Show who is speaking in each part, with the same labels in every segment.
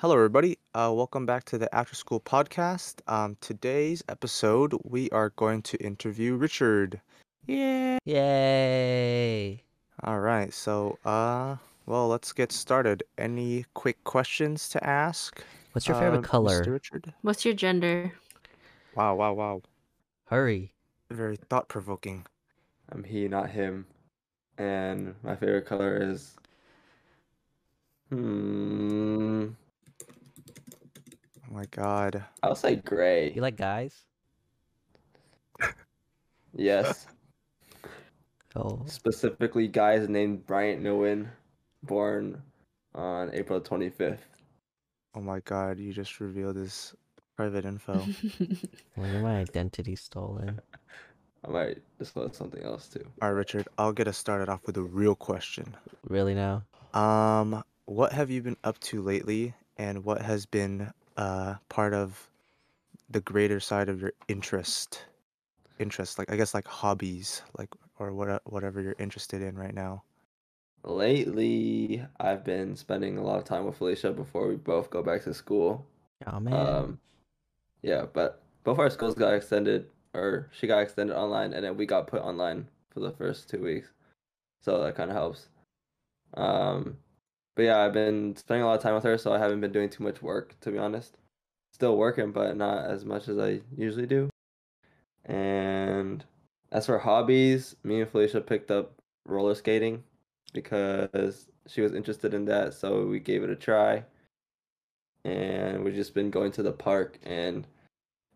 Speaker 1: Hello, everybody. Uh, welcome back to the After School Podcast. Um, today's episode, we are going to interview Richard. Yeah.
Speaker 2: Yay!
Speaker 1: All right. So, uh, well, let's get started. Any quick questions to ask,
Speaker 2: What's your
Speaker 1: uh,
Speaker 3: Um,
Speaker 2: favorite
Speaker 1: Mr.
Speaker 2: color?
Speaker 1: Richard?
Speaker 4: What's your gender?
Speaker 1: Wow, wow, wow.
Speaker 2: Hurry.
Speaker 1: Very thought provoking.
Speaker 3: I'm he, not him. And my favorite color is. Hmm.
Speaker 1: Oh my God.
Speaker 3: I'll say gray.
Speaker 2: You like guys?
Speaker 3: Yes.
Speaker 2: Oh.
Speaker 3: Specifically, guys named Bryant Nguyen, born on April 25th.
Speaker 1: Oh my God. You just revealed his private
Speaker 3: Oh.
Speaker 1: info.
Speaker 2: When my identity stolen.
Speaker 3: I might disclose something else too.
Speaker 1: All right, Richard. I'll get us started off with a real question.
Speaker 2: Really now?
Speaker 1: Um, what have you been up to lately, and what has been uh part of the greater side of your interest? Interest, like I guess, like hobbies, like or what uh, whatever you're interested in right now.
Speaker 3: Lately, I've been spending a lot of time with Felicia before we both go back to school.
Speaker 2: Oh man.
Speaker 3: Um, yeah, but both our schools got extended, or she got extended online, and then we got put online for the first two weeks. So that kind of helps. Um, but yeah, I've been spending a lot of time with her, so I haven't been doing too much work, to be honest. Still working, but not as much as I usually do. And as for hobbies, me and Felicia picked up roller skating because she was interested in that, so we gave it a try and we've just been going to the park and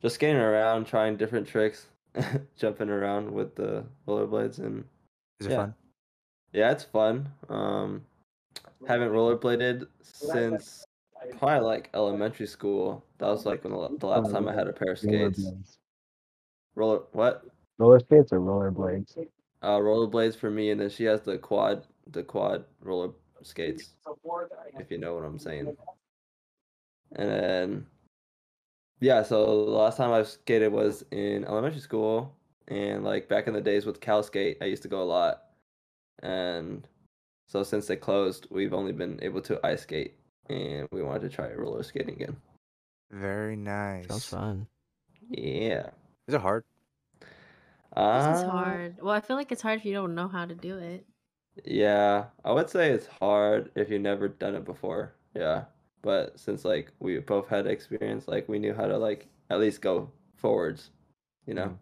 Speaker 3: just skating around, trying different tricks, jumping around with the rollerblades, and
Speaker 1: Is it
Speaker 3: Yeah.
Speaker 1: fun?
Speaker 3: yeah, it's fun. Um, haven't rollerbladed since probably like elementary school. That was like when the la- the last time I had a pair of skates.
Speaker 5: Rollerblades.
Speaker 3: Roller what?
Speaker 5: Roller skates or rollerblades?
Speaker 3: Uh, rollerblades for me, and then she has the quad, the quad roller skates, if you know what I'm saying. And then Yeah, so the last time I skated was in elementary school, and like back in the days with Cal Skate, I used to go a lot. And so since they closed, we've only been able to ice skate, and we wanted to try roller skating again.
Speaker 1: Very
Speaker 2: Sounds
Speaker 1: nice.
Speaker 2: fun.
Speaker 3: Yeah.
Speaker 1: Is it hard?
Speaker 4: This is
Speaker 3: Uh,
Speaker 4: hard. Well, I feel like it's hard if you don't know how to do it.
Speaker 3: Yeah, I would say it's hard if you've never done it before. Yeah, but since like we both had experience, like we knew how to like at least go forwards, you know,
Speaker 1: Mm.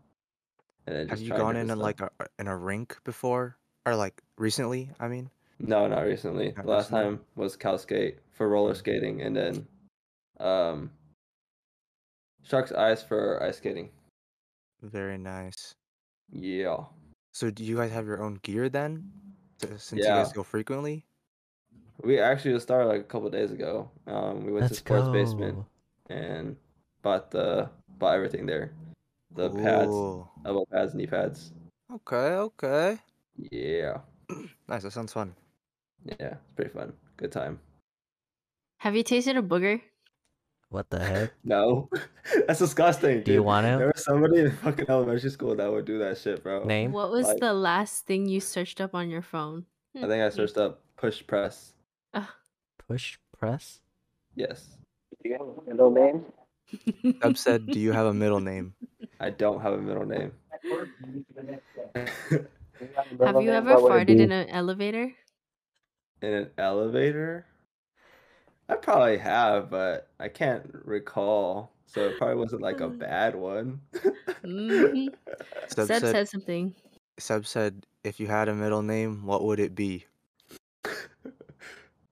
Speaker 3: and then
Speaker 1: Have
Speaker 3: just
Speaker 1: you
Speaker 3: try
Speaker 1: gone
Speaker 3: different
Speaker 1: in a,
Speaker 3: stuff.
Speaker 1: like a, a- in a rink before, or like recently? I mean,
Speaker 3: No, not recently.
Speaker 1: Not
Speaker 3: The last
Speaker 1: recently?
Speaker 3: time was Cal Skate for
Speaker 2: Mm.
Speaker 3: roller skating, and then um, Shark's Eyes for ice skating.
Speaker 1: very nice.
Speaker 3: Yeah,
Speaker 1: So do you guys have your own gear then? S- Since you guys
Speaker 3: Yeah.
Speaker 1: go frequently?
Speaker 3: we actually just started like a couple days ago. Um, we went to
Speaker 2: Let's
Speaker 3: Sports
Speaker 2: go.
Speaker 3: Basement and bought the bought everything there, the pads,
Speaker 1: Cool.
Speaker 3: elbow pads, knee pads.
Speaker 1: Okay, okay.
Speaker 3: Yeah,
Speaker 1: Nice. That sounds fun.
Speaker 3: yeah, it's pretty fun. Good time.
Speaker 4: Have you tasted a booger?
Speaker 2: What the heck?
Speaker 3: No, that's disgusting,
Speaker 2: Do you
Speaker 3: dude.
Speaker 2: want
Speaker 3: There
Speaker 2: to?
Speaker 3: was somebody in fucking elementary school that would do that shit, bro.
Speaker 2: Name?
Speaker 4: What was
Speaker 3: Like-
Speaker 4: the last thing you searched up on your phone?
Speaker 3: I think I searched up push press.
Speaker 4: Ugh.
Speaker 2: Push press?
Speaker 3: Yes.
Speaker 5: Do you have a middle name?
Speaker 4: Hmm.
Speaker 1: Dub said, "Do you have a middle name?"
Speaker 3: I don't have a middle name. in
Speaker 4: Have you ever farted in an elevator?
Speaker 3: an elevator? I probably have, but I can't recall. So it probably wasn't like a bad one.
Speaker 4: Mhm.
Speaker 1: Seb
Speaker 4: Seb
Speaker 1: said,
Speaker 4: said something.
Speaker 1: Seb said, if you had a middle name, what would it be?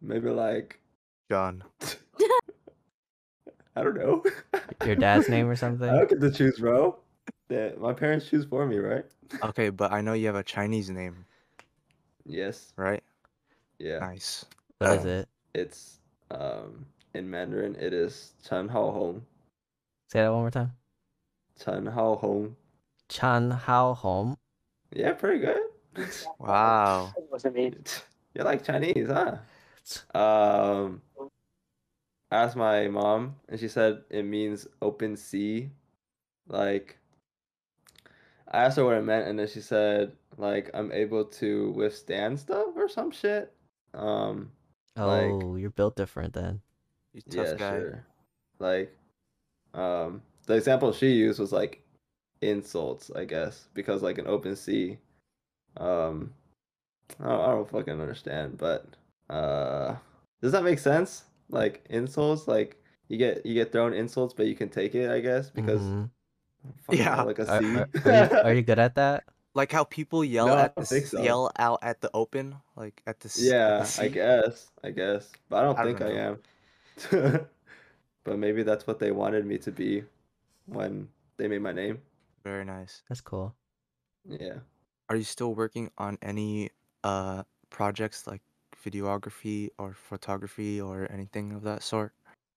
Speaker 3: Maybe like
Speaker 1: John.
Speaker 3: I don't know.
Speaker 2: Your dad's name or
Speaker 3: I
Speaker 2: something?
Speaker 3: don't get to choose, bro. Yeah, my parents choose for me, right?
Speaker 1: Okay, but I know you have a Chinese name,
Speaker 3: Yes.
Speaker 1: right?
Speaker 3: Yeah.
Speaker 1: Nice.
Speaker 2: What is it?
Speaker 3: It's um in Mandarin it is Chen Hao Hong.
Speaker 2: Say that one more time.
Speaker 3: Chen Hao Hong.
Speaker 2: Chan Hao Hom.
Speaker 3: Yeah, pretty good.
Speaker 1: Wow.
Speaker 3: You're like Chinese, huh? Um, I asked my mom, and she said it means open sea. Like, I asked her what it meant, and then she said, like, I'm able to withstand stuff or some shit. Um,
Speaker 2: Oh, you're built different then.
Speaker 1: You tough guy.
Speaker 3: Like, um, the example she used was like insults, I guess, because like an open sea, um, I don't, I don't fucking understand, but uh, does that make sense? Like insults, like you get you get thrown insults, but you can take it, I guess, because
Speaker 1: Mm-hmm.
Speaker 2: Mhm.
Speaker 3: fucking
Speaker 1: Yeah.
Speaker 3: like a
Speaker 2: Are-
Speaker 3: sea.
Speaker 2: are- are you- are you good at that?
Speaker 1: Like how people yell
Speaker 3: No, I
Speaker 1: at
Speaker 3: don't
Speaker 1: the
Speaker 3: think
Speaker 1: s-
Speaker 3: so.
Speaker 1: yell out at the open, like at the s- at the
Speaker 3: Yeah, I
Speaker 1: sea?
Speaker 3: guess. I guess. But I don't
Speaker 1: I don't
Speaker 3: think I am. But maybe that's what they wanted me to be when they made my name.
Speaker 1: Very nice.
Speaker 2: That's cool.
Speaker 3: Yeah.
Speaker 1: Are you still working on any uh projects like videography or photography or anything of that sort?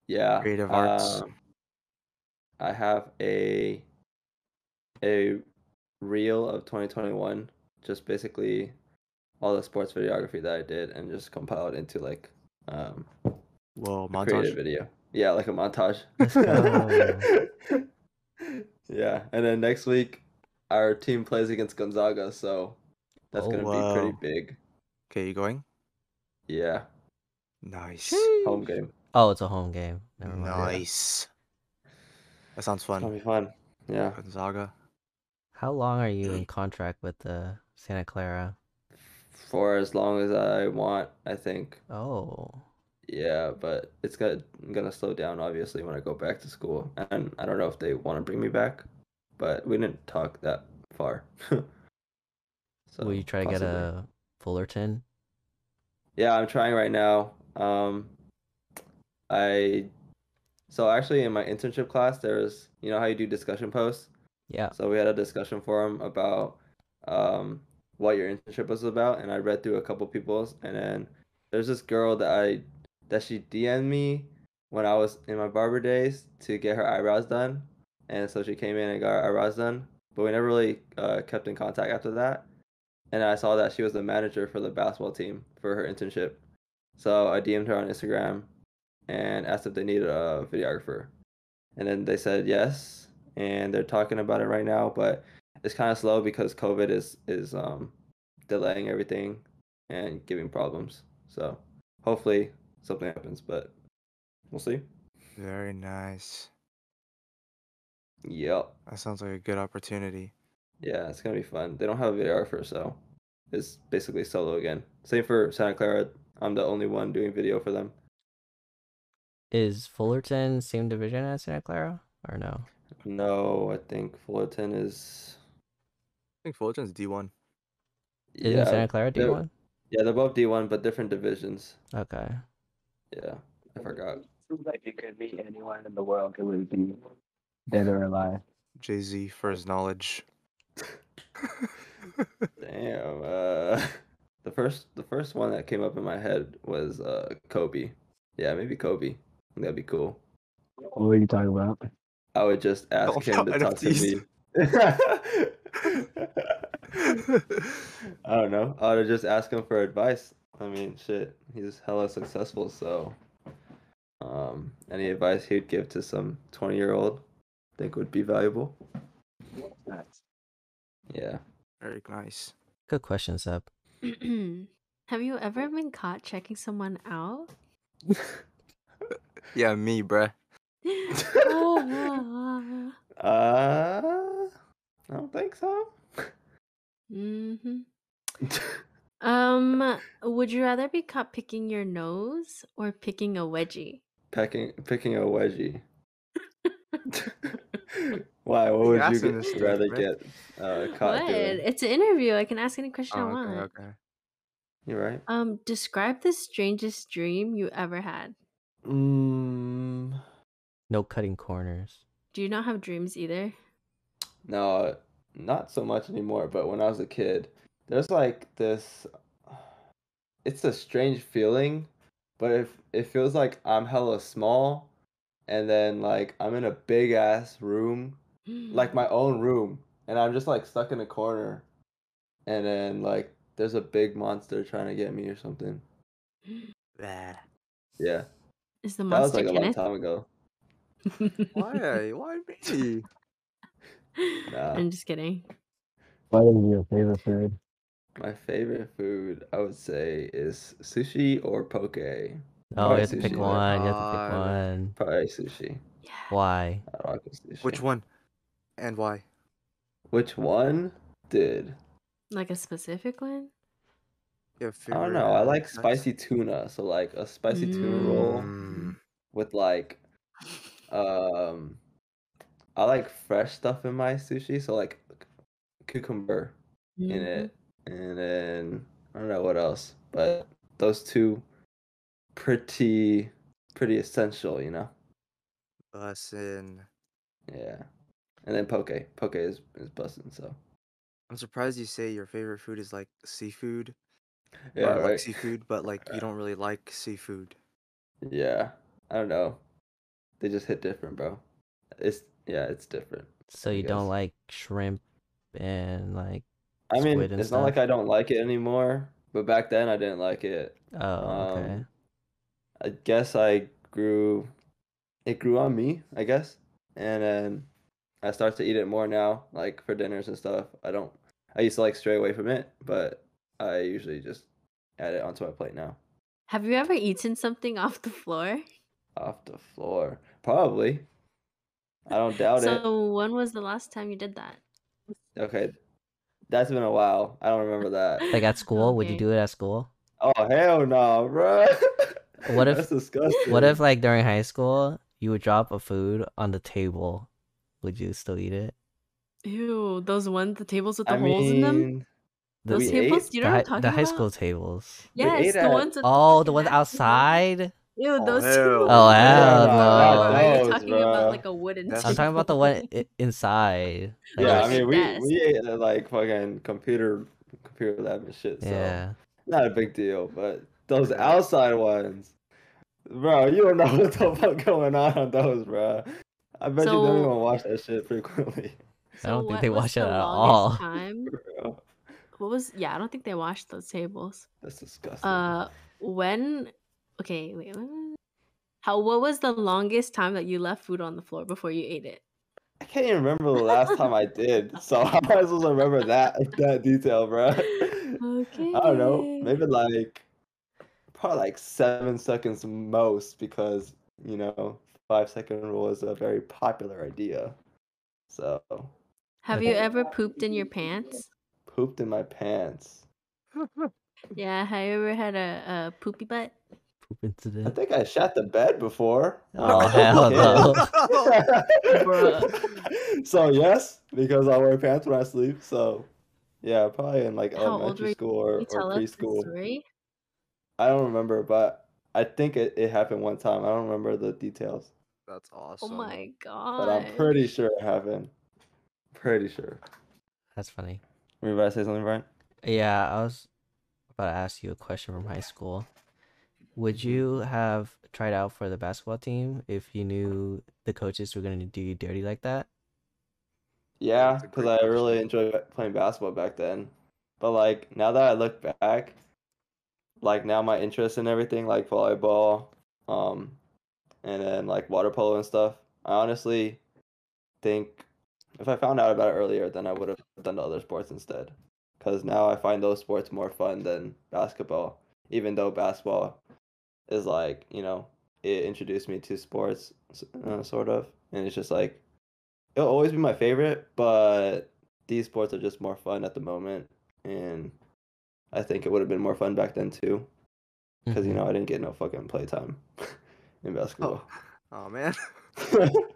Speaker 3: Yeah.
Speaker 1: Creative arts.
Speaker 3: um, I have a a reel of 2021, just basically all the sports videography that I did and just compiled into like um
Speaker 1: Whoa,
Speaker 3: a
Speaker 1: montage.
Speaker 3: creative
Speaker 1: Oh,
Speaker 3: video. Yeah, like a montage.
Speaker 2: Let's go.
Speaker 3: yeah, and then next week our team plays against Gonzaga, so that's
Speaker 2: Oh,
Speaker 3: gonna be
Speaker 1: wow.
Speaker 3: pretty big.
Speaker 1: Okay, you going?
Speaker 3: Yeah,
Speaker 1: Nice.
Speaker 3: home game.
Speaker 2: Oh, it's a home game. Never mind.
Speaker 1: Nice. That sounds
Speaker 3: It's gonna
Speaker 1: fun.
Speaker 3: be fun. Yeah,
Speaker 1: Gonzaga.
Speaker 2: How long are you in contract with uh, Santa Clara?
Speaker 3: for as long as I want, I think.
Speaker 2: Oh,
Speaker 3: Yeah, but it's gonna gonna slow down obviously when I go back to school, and I don't know if they want to bring me back, but we didn't talk that far. so
Speaker 2: will you try to get
Speaker 3: possibly.
Speaker 2: a Fullerton?
Speaker 3: Yeah, I'm trying right now. Um, I so actually in my internship class there was you know how you do discussion posts.
Speaker 2: Yeah.
Speaker 3: So we had a discussion forum about um what your internship was about, and I read through a couple people's, and then there's this girl that I that she DM'd me when I was in my barber days to get her eyebrows done, and so she came in and got her eyebrows done, but we never really uh, kept in contact after that. And I saw that she was the manager for the basketball team for her internship, so I DM'd her on Instagram and asked if they needed a videographer, and then they said yes, and they're talking about it right now, but it's kind of slow because COVID is is um delaying everything and giving problems. So hopefully something happens, but we'll see.
Speaker 1: Very nice.
Speaker 3: Yep.
Speaker 1: That sounds like a good opportunity.
Speaker 3: Yeah, it's gonna be fun. They don't have a videographer, so it's basically solo again. Same for Santa Clara. I'm the only one doing video for them.
Speaker 2: Is Fullerton same division as Santa Clara or no?
Speaker 3: No, I think Fullerton is
Speaker 1: I think Fullerton's D1.
Speaker 2: Isn't
Speaker 3: yeah,
Speaker 2: Santa Clara
Speaker 3: they're-
Speaker 2: D1?
Speaker 3: yeah, they're both D1, but different divisions.
Speaker 2: Okay.
Speaker 3: Yeah, I forgot.
Speaker 5: Seems like it could be anyone in the world who would be dead or alive.
Speaker 1: Jay Z for his knowledge.
Speaker 3: Damn. Uh, the first the first one that came up in my head was uh Kobe. Yeah, maybe Kobe. That'd be cool.
Speaker 5: What were you talking about?
Speaker 3: I would just ask
Speaker 1: Don't
Speaker 3: him
Speaker 1: know
Speaker 3: to talk to
Speaker 1: NFTs.
Speaker 3: me. I don't know. I would just ask him for advice. I mean, shit, he's hella successful. So, um, any advice he'd give to some twenty year old, I think would be valuable.
Speaker 5: Nice.
Speaker 3: Yeah.
Speaker 1: Very nice.
Speaker 2: Good question, Seb.
Speaker 4: Have you ever been caught checking someone out?
Speaker 1: Yeah, me, bruh.
Speaker 4: oh,
Speaker 3: Uh, I don't think so.
Speaker 4: hmm Um, would you rather be caught picking your nose or picking a wedgie?
Speaker 3: Pecking, picking a wedgie. Why? What would you
Speaker 1: asking
Speaker 3: get-
Speaker 1: this dude,
Speaker 3: rather
Speaker 1: bro.
Speaker 3: get uh, caught
Speaker 4: what?
Speaker 3: doing?
Speaker 4: It's an interview. I can ask any question I
Speaker 1: Oh,
Speaker 4: want.
Speaker 1: okay, okay.
Speaker 3: You right?
Speaker 4: Um, describe the strangest dream you ever had.
Speaker 3: Mm,
Speaker 2: No cutting corners.
Speaker 4: Do you not have dreams either?
Speaker 3: no, not so much anymore. But when I was a kid, there's like this. It's a strange feeling, but if it feels like I'm hella small, and then like I'm in a big ass room like my own room and i'm just like stuck in a corner and then like there's a big monster trying to get me or something
Speaker 1: Bleh.
Speaker 3: yeah
Speaker 4: is the
Speaker 3: that was
Speaker 4: monster
Speaker 3: like a long
Speaker 4: Kenneth?
Speaker 3: time ago
Speaker 1: Why? Why me?
Speaker 3: Nah.
Speaker 4: I'm just kidding.
Speaker 5: What is your favorite food?
Speaker 3: my favorite food i would say is sushi or poke
Speaker 2: No, Oh, you have to
Speaker 3: Sushi,
Speaker 2: pick
Speaker 3: yeah.
Speaker 2: one. You have to pick
Speaker 1: Ah.
Speaker 2: one.
Speaker 3: Probably sushi.
Speaker 4: Yeah.
Speaker 2: Why?
Speaker 3: I don't like sushi.
Speaker 1: Which one? And why?
Speaker 3: Which one? Dude,
Speaker 4: Like a specific one?
Speaker 1: Yeah,
Speaker 3: I don't
Speaker 1: figure it
Speaker 3: know. I
Speaker 1: out.
Speaker 3: like
Speaker 1: Nice.
Speaker 3: spicy tuna, so like a spicy tuna roll
Speaker 1: Mm,
Speaker 3: with like, um, I like fresh stuff in my sushi, so like c- cucumber in
Speaker 4: Mm-hmm.
Speaker 2: Mm-hmm.
Speaker 3: it, and then I don't know what else, but those two, pretty, pretty essential, you know.
Speaker 1: Bussin.
Speaker 3: Yeah, and then poke. Poke is is busting, so
Speaker 1: I'm surprised you say your favorite food is like seafood
Speaker 3: yeah,
Speaker 1: or like
Speaker 3: right.
Speaker 1: seafood, but like you don't really like seafood.
Speaker 3: Yeah, I don't know. They just hit different, bro. It's yeah, it's different.
Speaker 2: So
Speaker 3: I
Speaker 2: you don't
Speaker 3: guess.
Speaker 2: like shrimp and like
Speaker 3: I mean,
Speaker 2: Squid and
Speaker 3: it's not like
Speaker 2: stuff.
Speaker 3: I don't like it anymore, but back then I didn't like it.
Speaker 2: oh okay.
Speaker 3: Um, I guess I grew, it grew on me, I guess, and then I start to eat it more now, like for dinners and stuff. I don't. I used to like stray away from it, but I usually just add it onto my plate now,
Speaker 4: Have you ever eaten something off the floor?
Speaker 3: off the floor. Probably. I don't doubt it.
Speaker 4: so when was the last time you did that?
Speaker 3: Okay. That's been a while. I don't remember that.
Speaker 2: Like at school, would you
Speaker 4: okay.
Speaker 2: do it at school?
Speaker 3: Oh hell no, bro.
Speaker 2: What if-
Speaker 3: That's disgusting.
Speaker 2: What if like during high school you would drop a food on the table? Would you still eat it?
Speaker 4: Ew, those ones, the tables with the
Speaker 3: I
Speaker 4: holes in them.
Speaker 3: mean,
Speaker 2: The,
Speaker 4: Those
Speaker 3: we
Speaker 4: tables,
Speaker 3: ate-
Speaker 4: you
Speaker 2: the
Speaker 4: know
Speaker 2: hi-
Speaker 4: what I'm talking
Speaker 2: the high
Speaker 4: about?
Speaker 2: school tables.
Speaker 3: We
Speaker 4: Yes,
Speaker 3: ate
Speaker 4: the
Speaker 3: at-
Speaker 4: ones. with
Speaker 2: Oh, the
Speaker 4: fucking
Speaker 2: ones
Speaker 4: actors on them.
Speaker 2: outside.
Speaker 4: Ew,
Speaker 1: Oh,
Speaker 4: those two.
Speaker 1: hell
Speaker 2: Oh, hell
Speaker 4: Wow,
Speaker 2: no.
Speaker 4: Are
Speaker 3: Those,
Speaker 4: you talking about
Speaker 3: bruh.
Speaker 4: like a wooden?
Speaker 1: That's-
Speaker 2: I'm talking about the one
Speaker 4: table?
Speaker 2: i- inside. Like,
Speaker 3: yeah, I
Speaker 2: it's-
Speaker 3: mean we
Speaker 4: Yes.
Speaker 3: we ate at, like fucking computer computer lab and shit, so
Speaker 2: yeah.
Speaker 3: not a big deal, but those outside ones. Bro, you don't know what the fuck going on on those, bro. I bet you don't
Speaker 4: So-
Speaker 3: even watch that shit frequently.
Speaker 2: I don't think
Speaker 4: what
Speaker 2: they
Speaker 4: was
Speaker 2: wash
Speaker 4: the
Speaker 2: it at
Speaker 4: longest
Speaker 2: all.
Speaker 4: Time?
Speaker 3: Bro,
Speaker 4: What was? Yeah, I don't think they washed those tables.
Speaker 3: that's disgusting.
Speaker 4: Uh, when? Okay, wait. when- How? What was the longest time that you left food on the floor before you ate it?
Speaker 3: I can't even remember the last time I did, so how am I supposed to remember that that detail, bro?
Speaker 4: Okay.
Speaker 3: I don't know. Maybe like probably like seven seconds most because you know five second rule is a very popular idea. So
Speaker 4: Have you ever pooped in your pants?
Speaker 3: pooped in my pants.
Speaker 4: Yeah. Have you ever had a, a poopy butt?
Speaker 2: Poop
Speaker 3: I
Speaker 2: incident.
Speaker 3: think I shot the bed before. when I
Speaker 2: Oh,
Speaker 3: was a
Speaker 2: hell no.
Speaker 3: kid.
Speaker 4: Bruh.
Speaker 3: so yes, because I wear pants when I sleep. So yeah, probably in like
Speaker 4: How old were
Speaker 3: elementary
Speaker 4: you?
Speaker 3: school or,
Speaker 4: Can you tell
Speaker 3: or
Speaker 4: us the
Speaker 3: preschool.
Speaker 4: story?
Speaker 3: I don't remember, but I think it, it happened one time. I don't remember the details,
Speaker 1: That's
Speaker 4: Oh
Speaker 1: awesome.
Speaker 4: my
Speaker 3: but
Speaker 4: god.
Speaker 3: I'm pretty sure it happened. Pretty sure.
Speaker 2: That's funny.
Speaker 3: Were you about to say something, Brian?
Speaker 2: Yeah, I was about to ask you a question from high school. Would
Speaker 3: Mm-hmm.
Speaker 2: you have tried out for the basketball team if you knew the coaches were going to do you dirty like that?
Speaker 3: Yeah,
Speaker 1: that's a
Speaker 3: because
Speaker 1: great
Speaker 3: I really
Speaker 1: question.
Speaker 3: enjoyed ba- playing basketball back then. But like now that I look back, like now my interest in everything, like volleyball, um, and then like water polo and stuff. I honestly think if I found out about it earlier, then I would have done the other sports instead. Because now I find those sports more fun than basketball, even though basketball is like you know it introduced me to sports, s- uh, sort of, and it's just like it'll always be my favorite, but these sports are just more fun at the moment, and I think it would have been more fun back then too, because
Speaker 2: Mm-hmm.
Speaker 3: you know I didn't get no fucking playtime in
Speaker 1: Oh,
Speaker 3: basketball.
Speaker 1: oh man.
Speaker 3: Oh.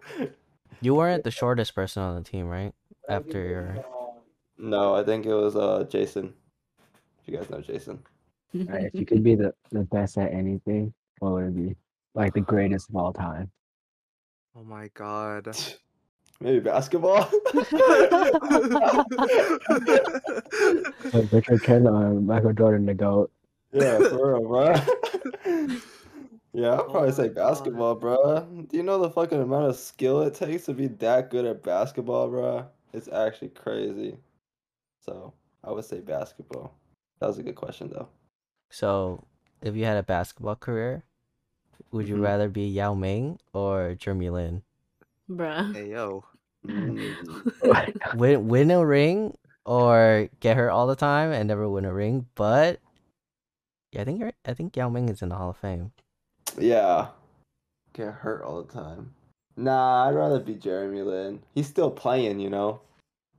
Speaker 2: You weren't the shortest person on the team, right? After your
Speaker 3: no, I think it was uh Jason. If you guys know Jason,
Speaker 5: All right, if you could be the, the best at anything, what would it be? Like the greatest of all time.
Speaker 1: Oh my god.
Speaker 3: maybe basketball.
Speaker 5: Like Richard Kendall and Michael Jordan, the GOAT.
Speaker 3: yeah, for real, bro. Yeah, I'd
Speaker 1: Oh
Speaker 3: probably say
Speaker 1: my God.
Speaker 3: basketball, bruh. Do you know the fucking amount of skill it takes to be that good at basketball, bruh? It's actually crazy. So I would say basketball. That was a good question, though.
Speaker 2: So, if you had a basketball career, would you
Speaker 3: Mhm.
Speaker 2: rather be Yao Ming or Jeremy Lin?
Speaker 4: Bruh.
Speaker 1: hey yo.
Speaker 3: Mm,
Speaker 2: Win win a ring or get hurt all the time and never win a ring, but yeah, I think you're, I think Yao Ming is in the Hall of Fame.
Speaker 3: Yeah. Get hurt all the time. Nah, I'd rather be Jeremy Lin. He's still playing, you know.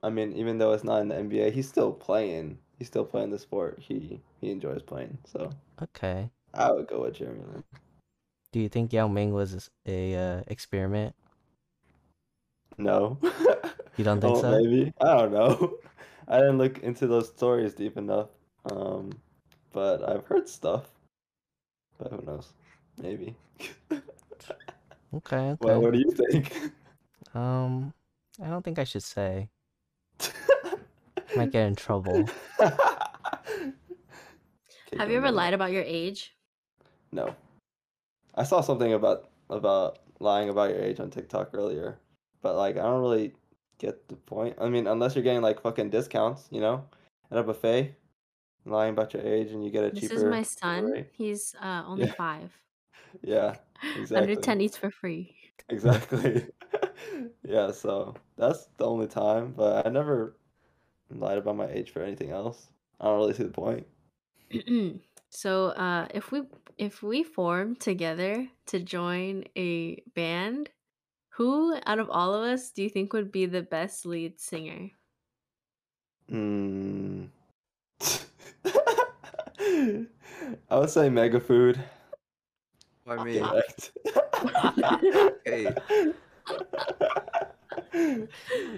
Speaker 3: I mean, even though it's not in the NBA, he's still playing. He's still playing the sport. He he enjoys playing. So
Speaker 2: Okay.
Speaker 3: I would go with Jeremy Lin.
Speaker 2: Do you think Yao Ming was a s- a uh, experiment?
Speaker 3: No.
Speaker 2: You don't think
Speaker 3: Oh,
Speaker 2: so?
Speaker 3: Maybe I don't know. I didn't look into those stories deep enough. Um, but I've heard stuff. But who knows? Maybe.
Speaker 2: Okay. Okay.
Speaker 3: Well, what do you think?
Speaker 2: Um, I don't think I should say. Might get in trouble.
Speaker 3: Okay,
Speaker 4: Have you ever
Speaker 3: don't know.
Speaker 4: lied about your age?
Speaker 3: No. I saw something about about lying about your age on TikTok earlier, but like I don't really get the point. I mean, unless you're getting like fucking discounts, you know, at a buffet, lying about your age and you get a
Speaker 4: This
Speaker 3: cheaper.
Speaker 4: is my son.
Speaker 3: rate.
Speaker 4: He's uh, only
Speaker 3: Yeah.
Speaker 4: five.
Speaker 3: Yeah,
Speaker 4: Under
Speaker 3: Exactly.
Speaker 4: 10 eats for free.
Speaker 3: exactly. yeah, so that's the only time, but I never lied about my age for anything else. I don't really see the point.
Speaker 4: so uh, if we if we form together to join a band, who out of all of us do you think would be the best lead singer?
Speaker 3: Mm. I would say mega food.
Speaker 1: Why me?
Speaker 3: Direct.
Speaker 1: Hey.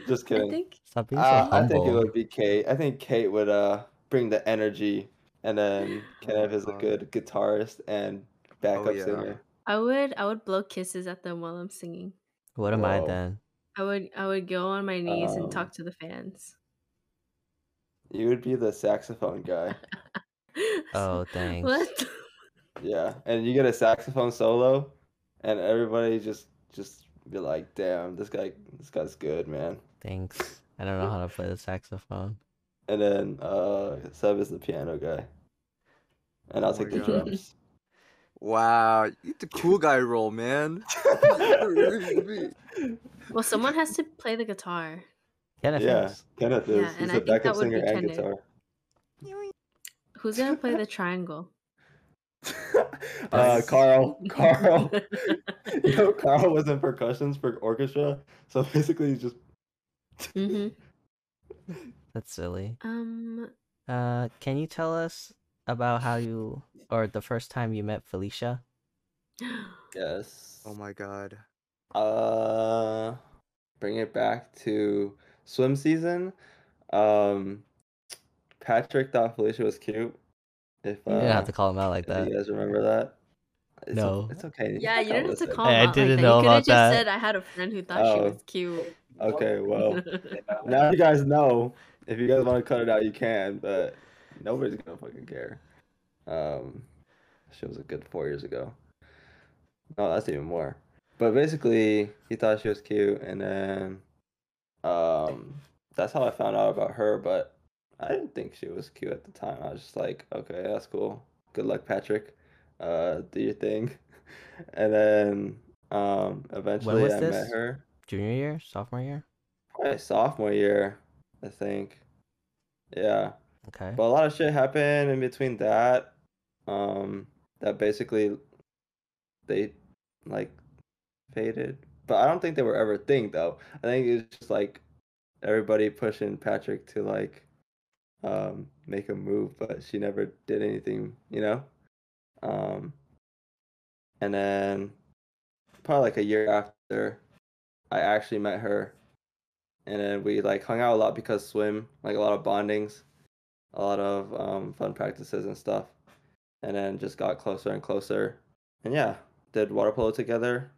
Speaker 3: Just
Speaker 4: I
Speaker 3: kidding.
Speaker 4: think
Speaker 2: Stop being so
Speaker 3: Uh, I
Speaker 2: humble.
Speaker 3: think it would be Kate. I think Kate would uh bring the energy, and then Kenev is a
Speaker 1: God.
Speaker 3: good guitarist and backup
Speaker 1: Oh, yeah.
Speaker 3: singer.
Speaker 4: I would I would blow kisses at them while I'm singing.
Speaker 2: What am I
Speaker 3: Whoa.
Speaker 2: then?
Speaker 4: I would I would go on my knees
Speaker 3: Um,
Speaker 4: and talk to the fans.
Speaker 3: You would be the saxophone guy.
Speaker 2: Oh, thanks.
Speaker 4: What?
Speaker 3: Yeah, and you get a saxophone solo, and everybody just just be like, "Damn, this guy, this guy's good, man."
Speaker 2: Thanks. I don't know how to play the saxophone.
Speaker 3: And then uh Seb is the piano guy, and I'll
Speaker 1: Oh
Speaker 3: take
Speaker 1: my
Speaker 3: the
Speaker 1: God.
Speaker 3: drums.
Speaker 1: Wow, you get the cool guy role, man.
Speaker 4: Well, someone has to play the guitar.
Speaker 2: Kenneth.
Speaker 3: yeah,
Speaker 2: is.
Speaker 3: Kenneth
Speaker 4: Yeah,
Speaker 3: is.
Speaker 4: and
Speaker 3: He's
Speaker 4: I
Speaker 3: a
Speaker 4: think that
Speaker 3: backup
Speaker 4: would be
Speaker 3: singer and
Speaker 4: Kenneth.
Speaker 3: guitar.
Speaker 4: Who's gonna play the triangle?
Speaker 3: uh,
Speaker 2: Nice.
Speaker 3: Carl, Carl, you know, Carl was in percussions for orchestra, so basically he's just
Speaker 4: hmm
Speaker 2: That's silly.
Speaker 4: Um,
Speaker 2: Uh, can you tell us about how you or the first time you met Felicia?
Speaker 3: yes.
Speaker 1: Oh my god.
Speaker 3: Uh, bring it back to swim season. Um, Patrick thought Felicia was cute. If uh,
Speaker 2: You didn't have to call him out like
Speaker 3: if
Speaker 2: that.
Speaker 3: you guys remember that. It's o-
Speaker 2: No.
Speaker 3: it's okay. you
Speaker 4: yeah,
Speaker 3: can
Speaker 4: you didn't have to
Speaker 3: listen.
Speaker 4: call.
Speaker 2: Hey, I
Speaker 4: him out
Speaker 2: didn't
Speaker 4: like
Speaker 2: know
Speaker 4: that. You could
Speaker 2: about
Speaker 4: have just
Speaker 2: that.
Speaker 4: said I had a friend who thought she
Speaker 3: Oh.
Speaker 4: was cute.
Speaker 3: Okay, well, now you guys know. If you guys want to cut it out, you can, but nobody's gonna fucking care. Um, she was a good four years ago. No, that's even more. But basically, he thought she was cute, and then, um, that's how I found out about her. But I didn't think she was cute at the time. I was just like, okay, that's cool. Good luck, Patrick. Uh, do your thing. And then, um, eventually,
Speaker 2: was
Speaker 3: I met
Speaker 2: this?
Speaker 3: her
Speaker 2: Junior year, sophomore year.
Speaker 3: probably sophomore year, I think. Yeah,
Speaker 2: Okay.
Speaker 3: but a lot of shit happened in between that. Um, that basically they like faded, but I don't think they were ever a thing though. I think it was just like everybody pushing Patrick to like um make a move, but she never did anything, you know. Um, and then probably like a year after, I actually met her and then we like hung out a lot because swim like a lot of bondings a lot of um, fun practices and stuff and then just got closer and closer and yeah did water polo together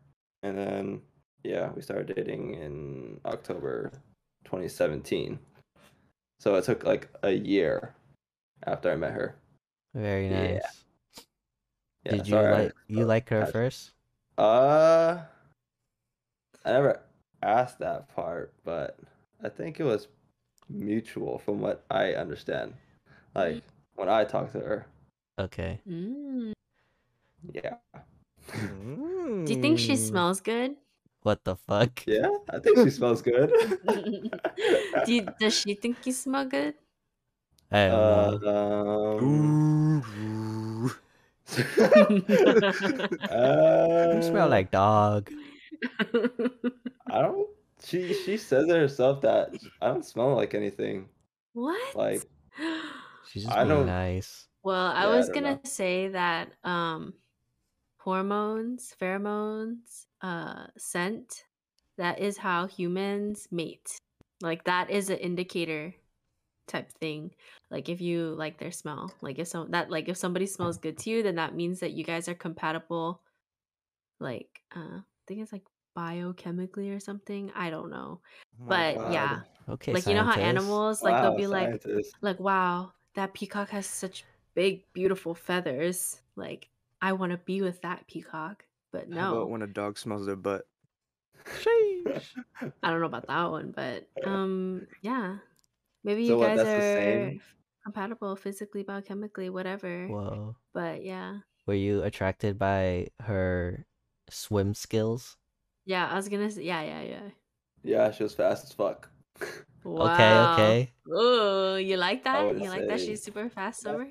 Speaker 3: and then yeah we started dating in october 2017 so it took like a year after i met her
Speaker 2: Very
Speaker 3: yeah.
Speaker 2: nice.
Speaker 3: yeah
Speaker 2: Did you
Speaker 3: sorry, I
Speaker 2: like you
Speaker 3: spoke
Speaker 2: like her
Speaker 3: past-
Speaker 2: first?
Speaker 3: Uh, I never asked that part, but I think it was mutual from what I understand. Like when I talked to her,
Speaker 2: Okay.
Speaker 4: Mm.
Speaker 3: yeah,
Speaker 1: Do
Speaker 4: Do you think
Speaker 2: Hmm.
Speaker 3: Mm.
Speaker 4: she smells good?
Speaker 2: What the fuck?
Speaker 3: yeah, I think she smells good.
Speaker 4: Do you, does she think you smell good?
Speaker 2: I don't know.
Speaker 3: Um,
Speaker 1: Ooh.
Speaker 2: You
Speaker 3: uh,
Speaker 2: smell like dog.
Speaker 3: I don't. She she says it herself that I don't smell like anything.
Speaker 4: what?
Speaker 3: Like
Speaker 2: She's just
Speaker 3: I
Speaker 2: being
Speaker 3: don't-
Speaker 2: nice.
Speaker 4: well, I
Speaker 3: Yeah, I
Speaker 4: was
Speaker 3: don't
Speaker 4: gonna
Speaker 3: know.
Speaker 4: say that um hormones, pheromones, uh scent, that is how humans mate. Like that is an indicator type thing. Like if you like their smell. Like if some that like if somebody smells good to you, then that means that you guys are compatible like uh I think it's like biochemically or something. I don't know.
Speaker 1: Oh
Speaker 4: But
Speaker 3: God.
Speaker 4: uh, yeah.
Speaker 2: Okay,
Speaker 4: like you know how
Speaker 2: scientist.
Speaker 4: animals like
Speaker 3: Wow,
Speaker 4: they'll be like
Speaker 3: scientist.
Speaker 4: like wow that peacock has such big beautiful feathers like i want to be with that peacock but
Speaker 1: How about
Speaker 4: no
Speaker 1: when a dog smells their butt?
Speaker 2: Sheesh.
Speaker 4: i don't know about that one but um yeah maybe
Speaker 3: So
Speaker 4: you
Speaker 3: what,
Speaker 4: guys
Speaker 3: that's the
Speaker 4: are
Speaker 3: same?
Speaker 4: compatible physically biochemically whatever
Speaker 2: Whoa.
Speaker 4: but yeah
Speaker 2: Were you attracted by her swim skills?
Speaker 4: yeah i was gonna say yeah yeah yeah
Speaker 3: Yeah, she was fast as fuck.
Speaker 4: wow.
Speaker 2: Okay, okay.
Speaker 4: oh you like that
Speaker 3: would
Speaker 4: you like that
Speaker 3: say-
Speaker 4: she's super fast over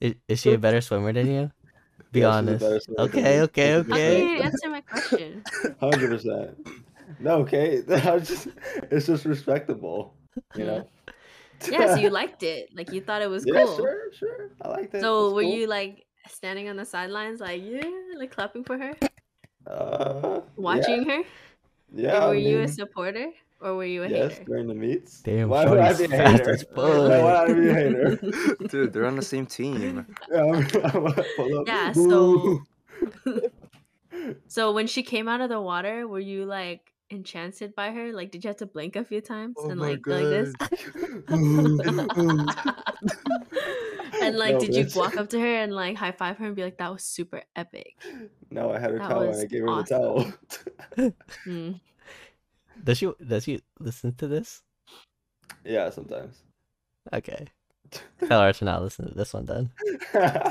Speaker 2: Is, is she a better swimmer than you? Be
Speaker 3: Yeah, she's a
Speaker 2: honest.
Speaker 3: better swimmer than
Speaker 2: Okay,
Speaker 3: me.
Speaker 2: okay,
Speaker 3: She's a better
Speaker 2: okay.
Speaker 4: how can
Speaker 3: swimmer.
Speaker 4: you answer my question
Speaker 3: Hundred percent. No, Kate. I was just, it's just respectable. You know.
Speaker 4: yeah so you liked it like you thought it was
Speaker 3: yeah,
Speaker 4: cool
Speaker 3: sure, sure. I like that.
Speaker 4: So
Speaker 3: It's
Speaker 4: were
Speaker 3: cool.
Speaker 4: you like standing on the sidelines, like yeah, like clapping for her,
Speaker 3: uh,
Speaker 4: watching her?
Speaker 3: Yeah.
Speaker 4: Like,
Speaker 3: yeah
Speaker 4: were
Speaker 3: I
Speaker 4: you a
Speaker 3: mean,
Speaker 4: supporter or were you a
Speaker 3: yes
Speaker 4: hater?
Speaker 3: during the meets?
Speaker 2: Damn,
Speaker 3: Why would I
Speaker 2: shorty's
Speaker 3: be a
Speaker 2: fast
Speaker 3: hater?
Speaker 2: as
Speaker 3: Why would I be a hater?
Speaker 1: Dude, they're on the same team.
Speaker 3: Yeah, I'm- I'm gonna pull up.
Speaker 4: Yeah,
Speaker 3: Boo.
Speaker 4: So when she came out of the water, were you like enchanted by her? Like, did you have to blink a few times
Speaker 1: Oh
Speaker 4: and
Speaker 1: my
Speaker 4: like go like this? and like,
Speaker 3: No,
Speaker 4: did you
Speaker 3: bitch.
Speaker 4: walk up to her and like high five her and be like, "That was super epic"?
Speaker 3: No, I had her
Speaker 4: That
Speaker 3: towel and
Speaker 4: was
Speaker 3: I gave her
Speaker 4: awesome.
Speaker 3: the towel.
Speaker 4: Hmm.
Speaker 2: Does she does she listen to this?
Speaker 3: yeah, sometimes.
Speaker 2: Okay. Tell her to not listen to this one then.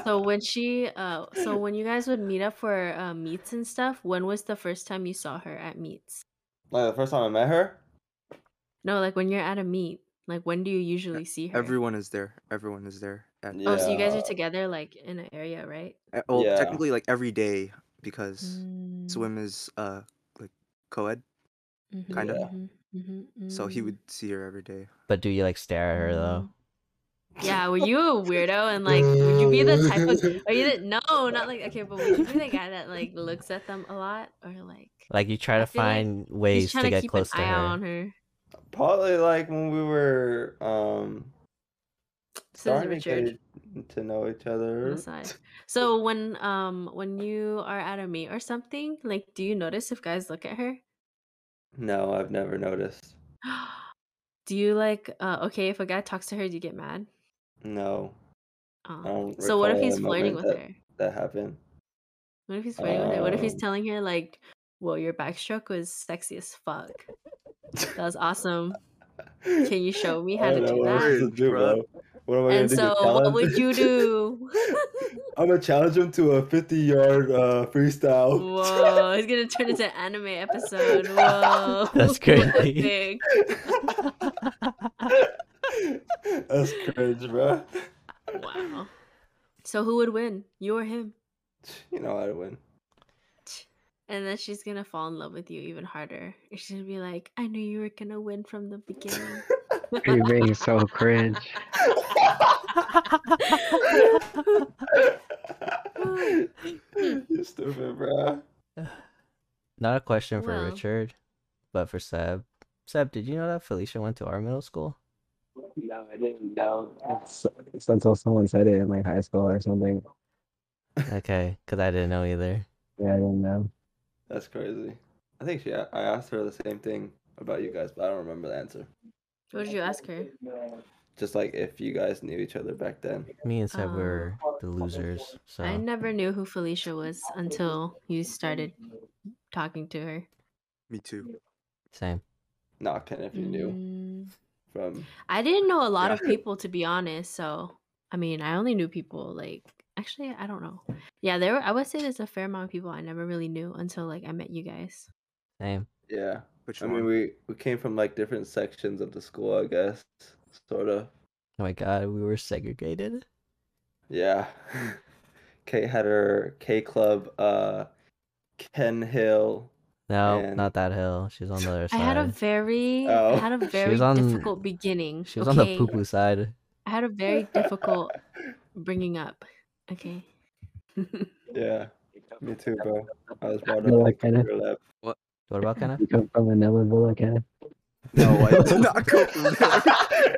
Speaker 4: So when she, uh, so when you guys would meet up for uh, meets and stuff, when was the first time you saw her at meets?
Speaker 3: like the first time I met her,
Speaker 4: No, like when you're at a meet, like when do you usually see her?
Speaker 1: Everyone is there. Everyone is there. At,
Speaker 4: Oh, so you guys
Speaker 3: Yeah.
Speaker 4: are together like in an area, right?
Speaker 1: at- well,
Speaker 3: Yeah.
Speaker 1: technically, like every day because
Speaker 4: Swim,
Speaker 2: Mm-hmm.
Speaker 1: swim is uh like co-ed,
Speaker 4: mm-hmm,
Speaker 1: kinda. so
Speaker 4: mm.
Speaker 2: Mm-hmm.
Speaker 1: he would see her every day.
Speaker 2: But do you like stare at her though?
Speaker 4: Yeah, were you a weirdo and like would you be the type of are you the no, not like okay, but would you be the guy that like looks at them a lot or like
Speaker 2: Like you try
Speaker 4: I
Speaker 2: to
Speaker 4: feel like
Speaker 2: find
Speaker 4: he's
Speaker 2: ways to,
Speaker 4: trying
Speaker 2: get
Speaker 4: keep
Speaker 2: close
Speaker 4: an
Speaker 2: to
Speaker 4: eye
Speaker 2: her.
Speaker 4: on her?
Speaker 3: probably like when we were um
Speaker 4: Says
Speaker 3: starting to,
Speaker 4: Richard.
Speaker 3: get to know each other.
Speaker 4: side. So when um when you are at a meet or something, like do you notice if guys look at her?
Speaker 3: No, I've never noticed.
Speaker 4: do you like uh okay if a guy talks to her, do you get mad?
Speaker 3: No, I
Speaker 4: Uh,
Speaker 3: don't.
Speaker 4: so what if
Speaker 3: recall
Speaker 4: he's
Speaker 3: a
Speaker 4: flirting with
Speaker 3: moment
Speaker 4: her?
Speaker 3: that, That happened.
Speaker 4: What if he's flirting with her? What if he's
Speaker 3: Um,
Speaker 4: telling her like, "Well, your backstroke was sexy as fuck. That was awesome."
Speaker 3: Can
Speaker 4: you show me how to do
Speaker 3: what
Speaker 1: that?
Speaker 3: To do,
Speaker 1: Bruh.
Speaker 3: bro. What am I gonna
Speaker 4: And
Speaker 3: do?
Speaker 4: so, what
Speaker 3: Challenge-
Speaker 4: would you do?
Speaker 3: I'm gonna challenge him to a 50 yard uh, freestyle.
Speaker 4: Whoa, he's gonna turn into an anime episode. Whoa,
Speaker 2: That's crazy.
Speaker 4: Epic.
Speaker 3: That's cringe, bro.
Speaker 4: Wow. So who would win, you or him?
Speaker 3: You know I'd win.
Speaker 4: And then she's gonna fall in love with you even harder. And She's gonna be like, "I knew you were gonna win from the beginning."
Speaker 5: You're being so cringe.
Speaker 3: you stupid, bro.
Speaker 2: Not a question for
Speaker 4: Well.
Speaker 2: Richard, but for Seb. Seb, did you know that Felicia went to our middle school?
Speaker 5: No, I didn't know. It's, it's until someone said it in like high school or something.
Speaker 2: Okay, because I didn't know either.
Speaker 5: Yeah, I didn't know.
Speaker 3: That's crazy. I think she. I asked her the same thing about you guys, but I don't remember the answer.
Speaker 4: what did you ask her?
Speaker 3: Just like if you guys knew each other back then.
Speaker 2: Me and Seb
Speaker 4: Oh.
Speaker 2: were the losers.
Speaker 3: Uh,
Speaker 2: So
Speaker 4: I never knew who Felicia was until you started talking to her.
Speaker 1: Me too.
Speaker 2: same.
Speaker 3: Not Ken, if you knew
Speaker 4: Mm,
Speaker 3: from.
Speaker 4: I didn't know a lot
Speaker 3: Yeah.
Speaker 4: of people to be honest. So I mean, I only knew people like actually I don't know. Yeah, there were, I would say there's a fair amount of people I never really knew until like I met you guys.
Speaker 2: Same.
Speaker 3: Yeah.
Speaker 1: Which
Speaker 3: I
Speaker 1: one?
Speaker 3: mean, we we came from like different sections of the school, I guess. Sort of.
Speaker 2: Oh my god, we were segregated.
Speaker 3: Yeah. K Header, K Club, uh, Ken Hill.
Speaker 2: No,
Speaker 3: And-
Speaker 2: not that hill. She was on the other
Speaker 4: I
Speaker 2: side.
Speaker 4: had a very,
Speaker 3: Oh.
Speaker 4: I had a
Speaker 3: She was
Speaker 4: very
Speaker 2: on-
Speaker 4: difficult beginning.
Speaker 2: She was on
Speaker 4: okay?
Speaker 2: the poo poo side.
Speaker 4: I had a very difficult bringing up. Okay.
Speaker 3: Yeah, me too, bro. I was brought
Speaker 5: Yeah,
Speaker 3: up like
Speaker 5: like Kenneth.
Speaker 3: your lap.
Speaker 2: What about Kenna?
Speaker 5: You come from another villa, Kenneth?
Speaker 1: No, I did not go from there.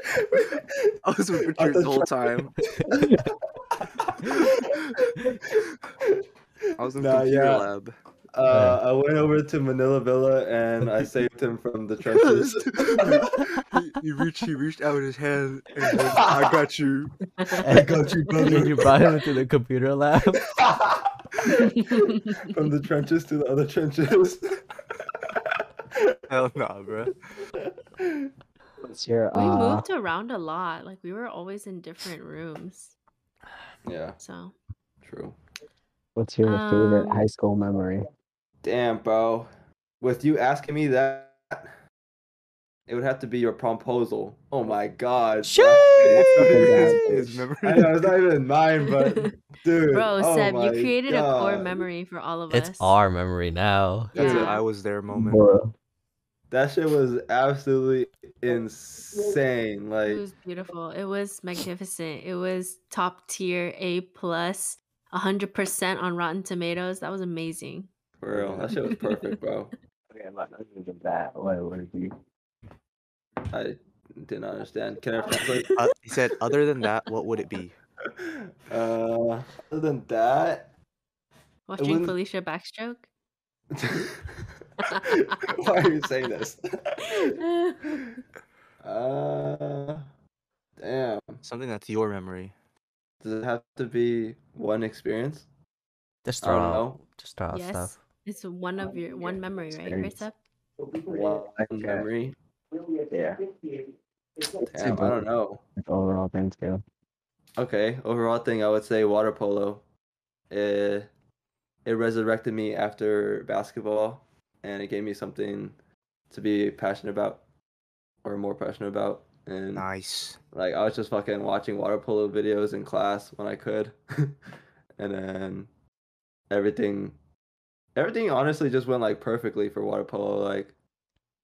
Speaker 1: I was with
Speaker 3: I
Speaker 1: Richard the whole time. I was in
Speaker 3: Nah,
Speaker 1: computer
Speaker 3: yeah.
Speaker 1: lab.
Speaker 3: Uh, I went over to Manila Villa and I saved him from the trenches.
Speaker 1: he, he reached. He reached out his hand. And then, I got you.
Speaker 2: I
Speaker 3: got you,
Speaker 2: And then you brought him into the computer lab.
Speaker 3: from the trenches to the other trenches.
Speaker 1: Hell nah, bro.
Speaker 5: What's your
Speaker 4: we
Speaker 5: uh,
Speaker 4: moved around a lot. Like we were always in different rooms.
Speaker 3: yeah,
Speaker 4: So
Speaker 3: true.
Speaker 5: What's your
Speaker 4: Um,
Speaker 5: favorite high school memory?
Speaker 3: Damn, bro. With you asking me that, it would have to be your proposal. Oh my god. bro.
Speaker 1: His, his memory.
Speaker 3: I know it's not even mine, but dude.
Speaker 4: Bro,
Speaker 3: oh
Speaker 4: Seb,
Speaker 3: my
Speaker 4: you created a core
Speaker 3: God.
Speaker 4: memory for all of us.
Speaker 2: it's our memory now.
Speaker 1: That's
Speaker 4: Yeah.
Speaker 1: it. I was there moment.
Speaker 5: Bro,
Speaker 3: That shit was absolutely insane.
Speaker 4: It
Speaker 3: Like,
Speaker 4: was beautiful. It was magnificent. It was top tier, A plus, hundred percent on Rotten Tomatoes. That was amazing.
Speaker 3: for real, that shit was perfect, bro.
Speaker 5: okay, I'm not gonna give that. What would it be?
Speaker 3: I didn't understand. Can I translate?
Speaker 1: Uh, he said, "Other than that, what would it be?"
Speaker 3: Uh, other than that,
Speaker 4: Watching
Speaker 3: was-
Speaker 4: Felicia backstroke.
Speaker 3: why are you saying this? uh, damn.
Speaker 1: Something that's your memory.
Speaker 3: Does it have to be one experience?
Speaker 2: Just
Speaker 3: I don't
Speaker 2: throw out,
Speaker 3: know.
Speaker 2: just throw out
Speaker 4: Yes.
Speaker 2: stuff.
Speaker 4: it's one of your one memory, right? Right,
Speaker 5: Experience.
Speaker 4: Seb?
Speaker 3: One
Speaker 5: Okay.
Speaker 3: memory?
Speaker 5: Yeah.
Speaker 3: Damn, I don't know.
Speaker 5: Like overall things too.
Speaker 3: Okay, overall thing, I would say water polo. It it resurrected me after basketball, and it gave me something to be passionate about, or more passionate about. And
Speaker 1: Nice.
Speaker 3: like I was just fucking watching water polo videos in class when I could, and then everything, everything honestly just went like perfectly for water polo. Like,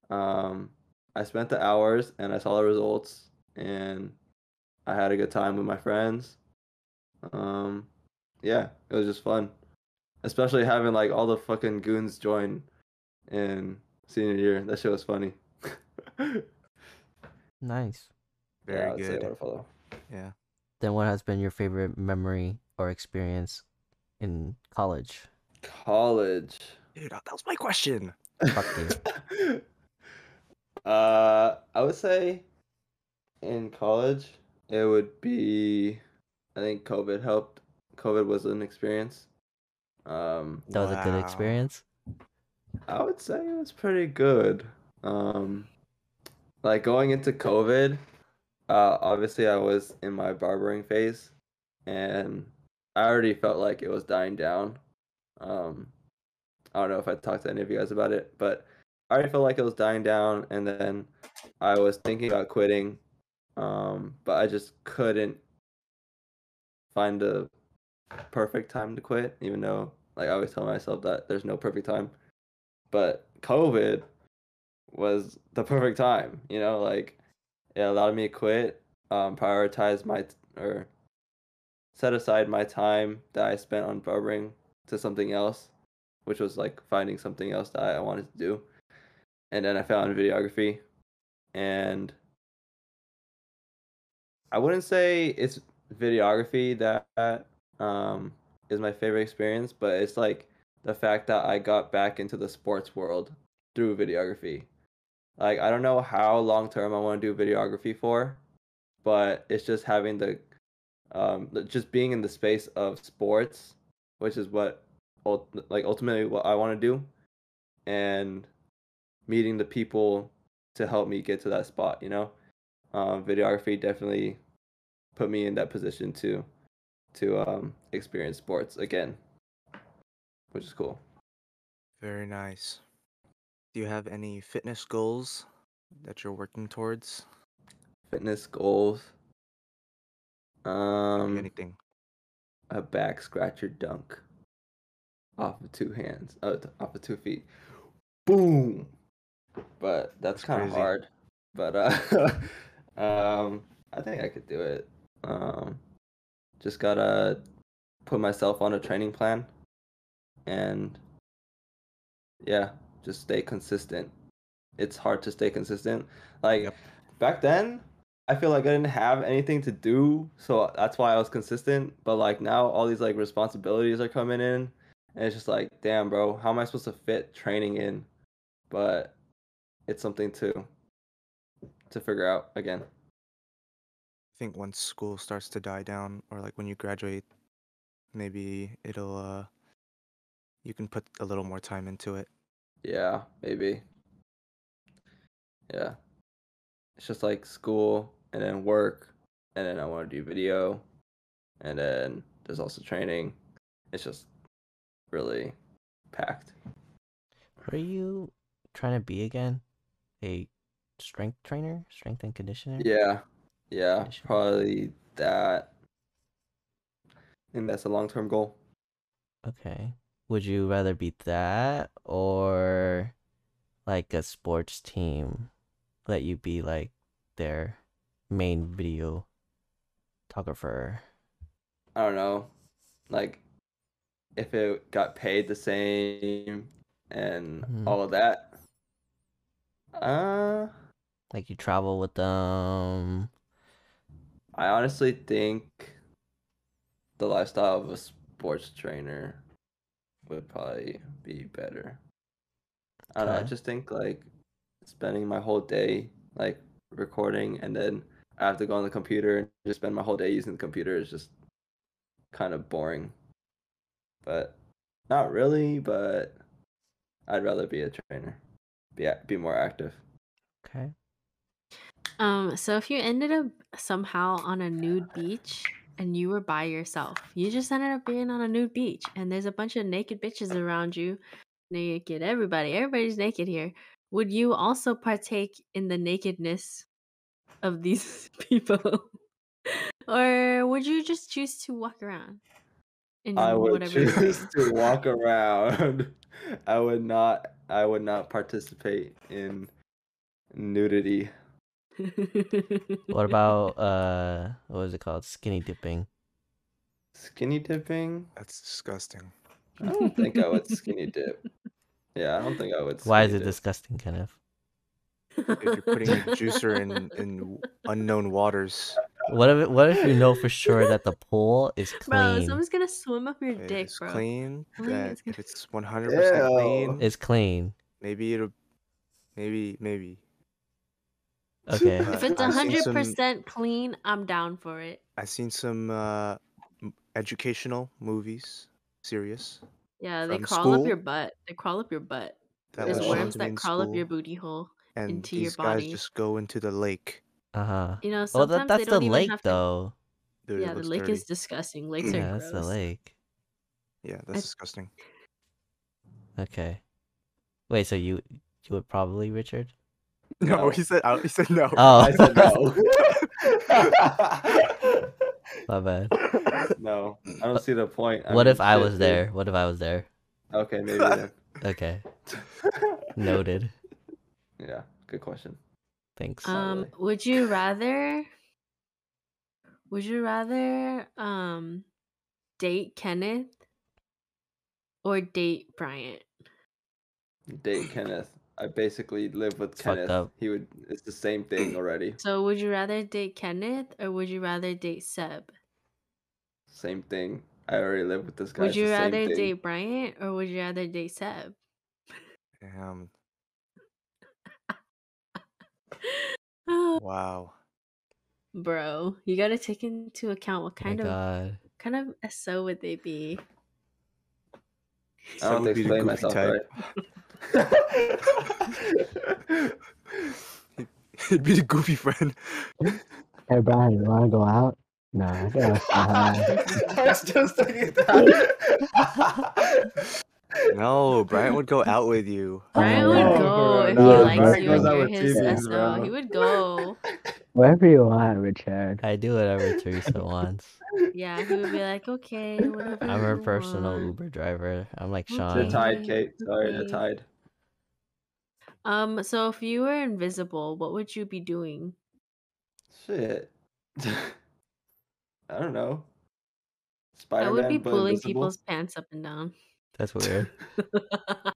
Speaker 3: um, I spent the hours and I saw the results, and I had a good time with my friends. Um, yeah, it was just fun, especially having like all the fucking goons join in senior year. That shit was funny.
Speaker 2: Nice.
Speaker 1: Very
Speaker 3: yeah, I would say
Speaker 1: good.
Speaker 3: water polo.
Speaker 1: Yeah.
Speaker 2: Then what has been your favorite memory or experience in college?
Speaker 3: College.
Speaker 1: Dude, that was my question.
Speaker 2: Fuck
Speaker 3: uh, I would say in college it would be. I think COVID helped. COVID was an experience. Um,
Speaker 2: That was a
Speaker 1: Wow.
Speaker 2: good experience.
Speaker 3: I would say it was pretty good. Um, like going into COVID, uh, obviously I was in my barbering phase, and I already felt like it was dying down. Um, I don't know if I talked to any of you guys about it, but I already felt like it was dying down, and then I was thinking about quitting, um, but I just couldn't find a perfect time to quit, even though like I always tell myself that there's no perfect time but COVID was the perfect time. You know, like it allowed me to quit, um, prioritize my t- or set aside my time that I spent on barbering to something else, which was like finding something else that I wanted to do. And then I found videography, and I wouldn't say it's videography that um, is my favorite experience, but it's like the fact that I got back into the sports world through videography. Like I don't know how long term I want to do videography for, but it's just having the um the- just being in the space of sports, which is what ult- like ultimately what I want to do and meeting the people to help me get to that spot, you know. Um videography definitely put me in that position to to um experience sports again, which is cool.
Speaker 1: Very nice. Do you have any fitness goals that you're working towards?
Speaker 3: fitness goals.
Speaker 1: Could be
Speaker 3: Um,
Speaker 1: Anything?
Speaker 3: a back scratcher dunk off of two hands, uh, t- off of two feet. Boom. But that's,
Speaker 1: That's
Speaker 3: kind of
Speaker 1: crazy.
Speaker 3: hard. But uh, um, I think I could do it. Um, just gotta put myself on a training plan, and yeah, just stay consistent. It's hard to stay consistent. Like
Speaker 1: Yep.
Speaker 3: back then, I feel like I didn't have anything to do, so that's why I was consistent. But like now, all these like responsibilities are coming in, and it's just like, damn, bro, how am I supposed to fit training in? But it's something to to figure out again.
Speaker 1: I think once school starts to die down, or like when you graduate, maybe it'll uh you can put a little more time into it.
Speaker 3: Yeah, maybe. Yeah. It's just like school and then work and then I want to do video and then there's also training. It's just really packed.
Speaker 2: What are you trying to be again? A strength trainer, strength and conditioner?
Speaker 3: Yeah. Yeah,
Speaker 2: Finish it.
Speaker 3: probably that. I think that's a long-term goal.
Speaker 2: Okay. Would you rather be that or like a sports team let you be like their main videographer?
Speaker 3: I don't know, like if it got paid the same and
Speaker 2: Mhm.
Speaker 3: all of that. Uh,
Speaker 2: Like you travel with them.
Speaker 3: I honestly think the lifestyle of a sports trainer would probably be better. I don't know. I
Speaker 2: Okay.
Speaker 3: just think like spending my whole day like recording and then I have to go on the computer and just spend my whole day using the computer is just kind of boring. But not really, but I'd rather be a trainer. Be a- be more active.
Speaker 2: Okay.
Speaker 4: Um, so if you ended up somehow on a nude beach and you were by yourself, you just ended up being on a nude beach and there's a bunch of naked bitches around you, naked everybody, everybody's naked here. Would you also partake in the nakedness of these people? or would you just choose to walk around? in
Speaker 3: I would
Speaker 4: whatever you're
Speaker 3: choose
Speaker 4: wearing?
Speaker 3: to walk around. I would not. I would not participate in nudity.
Speaker 2: What about uh what was it called? Skinny dipping.
Speaker 3: Skinny dipping?
Speaker 1: That's disgusting.
Speaker 3: I don't think I would skinny dip. Yeah, I don't think I would.
Speaker 2: Why is
Speaker 3: skinny
Speaker 2: it
Speaker 3: dip.
Speaker 2: disgusting, Kenneth?
Speaker 1: If you're putting a juicer in in unknown waters,
Speaker 2: What if what if you know for sure that the pool is
Speaker 4: Bro,
Speaker 2: clean?
Speaker 4: someone's gonna swim up your
Speaker 1: if
Speaker 4: dick,
Speaker 1: it's
Speaker 4: bro.
Speaker 1: clean,
Speaker 4: Clean
Speaker 1: that
Speaker 4: is good.
Speaker 1: if it's 100 percent clean,
Speaker 2: It's clean.
Speaker 1: maybe it'll maybe maybe
Speaker 2: Okay.
Speaker 1: Uh,
Speaker 4: If it's
Speaker 1: I've seen
Speaker 4: hundred
Speaker 1: some-
Speaker 4: percent clean, I'm down for it.
Speaker 1: I've seen some uh m- educational movies, serious
Speaker 4: Yeah, they
Speaker 1: From
Speaker 4: crawl up your
Speaker 1: school?
Speaker 4: butt. They crawl up your butt.
Speaker 1: that
Speaker 4: There's
Speaker 1: was shown
Speaker 4: worms
Speaker 1: to me
Speaker 4: that
Speaker 1: in
Speaker 4: crawl up your
Speaker 1: school,
Speaker 4: booty hole.
Speaker 1: and
Speaker 4: into your
Speaker 1: these guys
Speaker 4: body.
Speaker 1: just go into the lake.
Speaker 2: Uh huh.
Speaker 4: You know,
Speaker 2: Well,
Speaker 4: sometimes
Speaker 2: that, that's
Speaker 4: they
Speaker 2: the
Speaker 4: don't even
Speaker 2: lake,
Speaker 4: have to.
Speaker 2: though.
Speaker 1: Dude,
Speaker 4: yeah,
Speaker 1: it
Speaker 4: the
Speaker 1: looks
Speaker 4: lake
Speaker 1: dirty.
Speaker 4: is disgusting. Lakes
Speaker 2: Yeah,
Speaker 4: are
Speaker 2: that's
Speaker 4: gross.
Speaker 2: the lake.
Speaker 1: Yeah, that's disgusting.
Speaker 2: Okay. Wait, so you you would probably Richard?
Speaker 1: No,
Speaker 3: No.
Speaker 1: he said. I- He said no.
Speaker 2: Oh,
Speaker 3: I said no.
Speaker 2: my bad.
Speaker 3: no, I don't see the point.
Speaker 2: what
Speaker 3: mean,
Speaker 2: if I
Speaker 3: shit,
Speaker 2: was
Speaker 3: dude.
Speaker 2: there? What if I was there?
Speaker 3: Okay, maybe then.
Speaker 2: Okay, noted.
Speaker 3: Yeah, good question.
Speaker 2: Thanks.
Speaker 3: not
Speaker 4: Um,
Speaker 3: really.
Speaker 4: would you rather? Would you rather um, date Kenneth or date Bryant?
Speaker 3: Date Kenneth. I basically live with
Speaker 2: It's fucked up.
Speaker 3: Kenneth. He would. It's the same thing already.
Speaker 4: So, would you rather date Kenneth or would you rather date Seb?
Speaker 3: Same thing. I already live with this guy.
Speaker 4: Would
Speaker 3: it's
Speaker 4: you
Speaker 3: the same
Speaker 4: rather
Speaker 3: thing.
Speaker 4: date Bryant or would you rather date Seb?
Speaker 1: Damn.
Speaker 4: Oh,
Speaker 1: Wow.
Speaker 4: Bro, you gotta take into account what
Speaker 2: Oh my
Speaker 4: kind of
Speaker 2: God.
Speaker 4: kind of SO would they be?
Speaker 3: I
Speaker 1: That
Speaker 3: don't
Speaker 1: would
Speaker 3: have to
Speaker 1: be the
Speaker 3: explain
Speaker 1: goofy
Speaker 3: myself,
Speaker 1: type.
Speaker 3: right?
Speaker 1: He'd be the goofy friend.
Speaker 5: Hey Brian, you wanna go out? No, I gotta stay home.
Speaker 3: I was just thinking that.
Speaker 1: No, Brian would go out with you.
Speaker 4: Brian
Speaker 5: Oh,
Speaker 4: would
Speaker 5: no,
Speaker 4: go
Speaker 3: bro,
Speaker 4: if
Speaker 5: no.
Speaker 4: he likes
Speaker 5: Brian
Speaker 4: you
Speaker 5: goes
Speaker 4: and
Speaker 5: out
Speaker 4: you're
Speaker 3: with
Speaker 4: his
Speaker 3: TVs,
Speaker 4: SO.
Speaker 3: bro.
Speaker 4: He would go.
Speaker 5: Wherever you want, Richard.
Speaker 2: I do whatever Teresa wants.
Speaker 4: yeah, he would be like, okay, whatever.
Speaker 2: I'm her
Speaker 4: you
Speaker 2: personal
Speaker 4: want."
Speaker 2: Uber driver. I'm like
Speaker 4: Okay.
Speaker 3: They're
Speaker 2: Sean.
Speaker 3: tied, Kate. Sorry, they're
Speaker 4: Okay.
Speaker 3: tied.
Speaker 4: Um, so if you were invisible, what would you be doing?
Speaker 3: Shit. I don't know.
Speaker 4: I
Speaker 3: Spider
Speaker 4: would be
Speaker 3: Man, but
Speaker 4: pulling
Speaker 3: invisible.
Speaker 4: people's pants up and down.
Speaker 2: That's weird.
Speaker 3: Now,
Speaker 4: I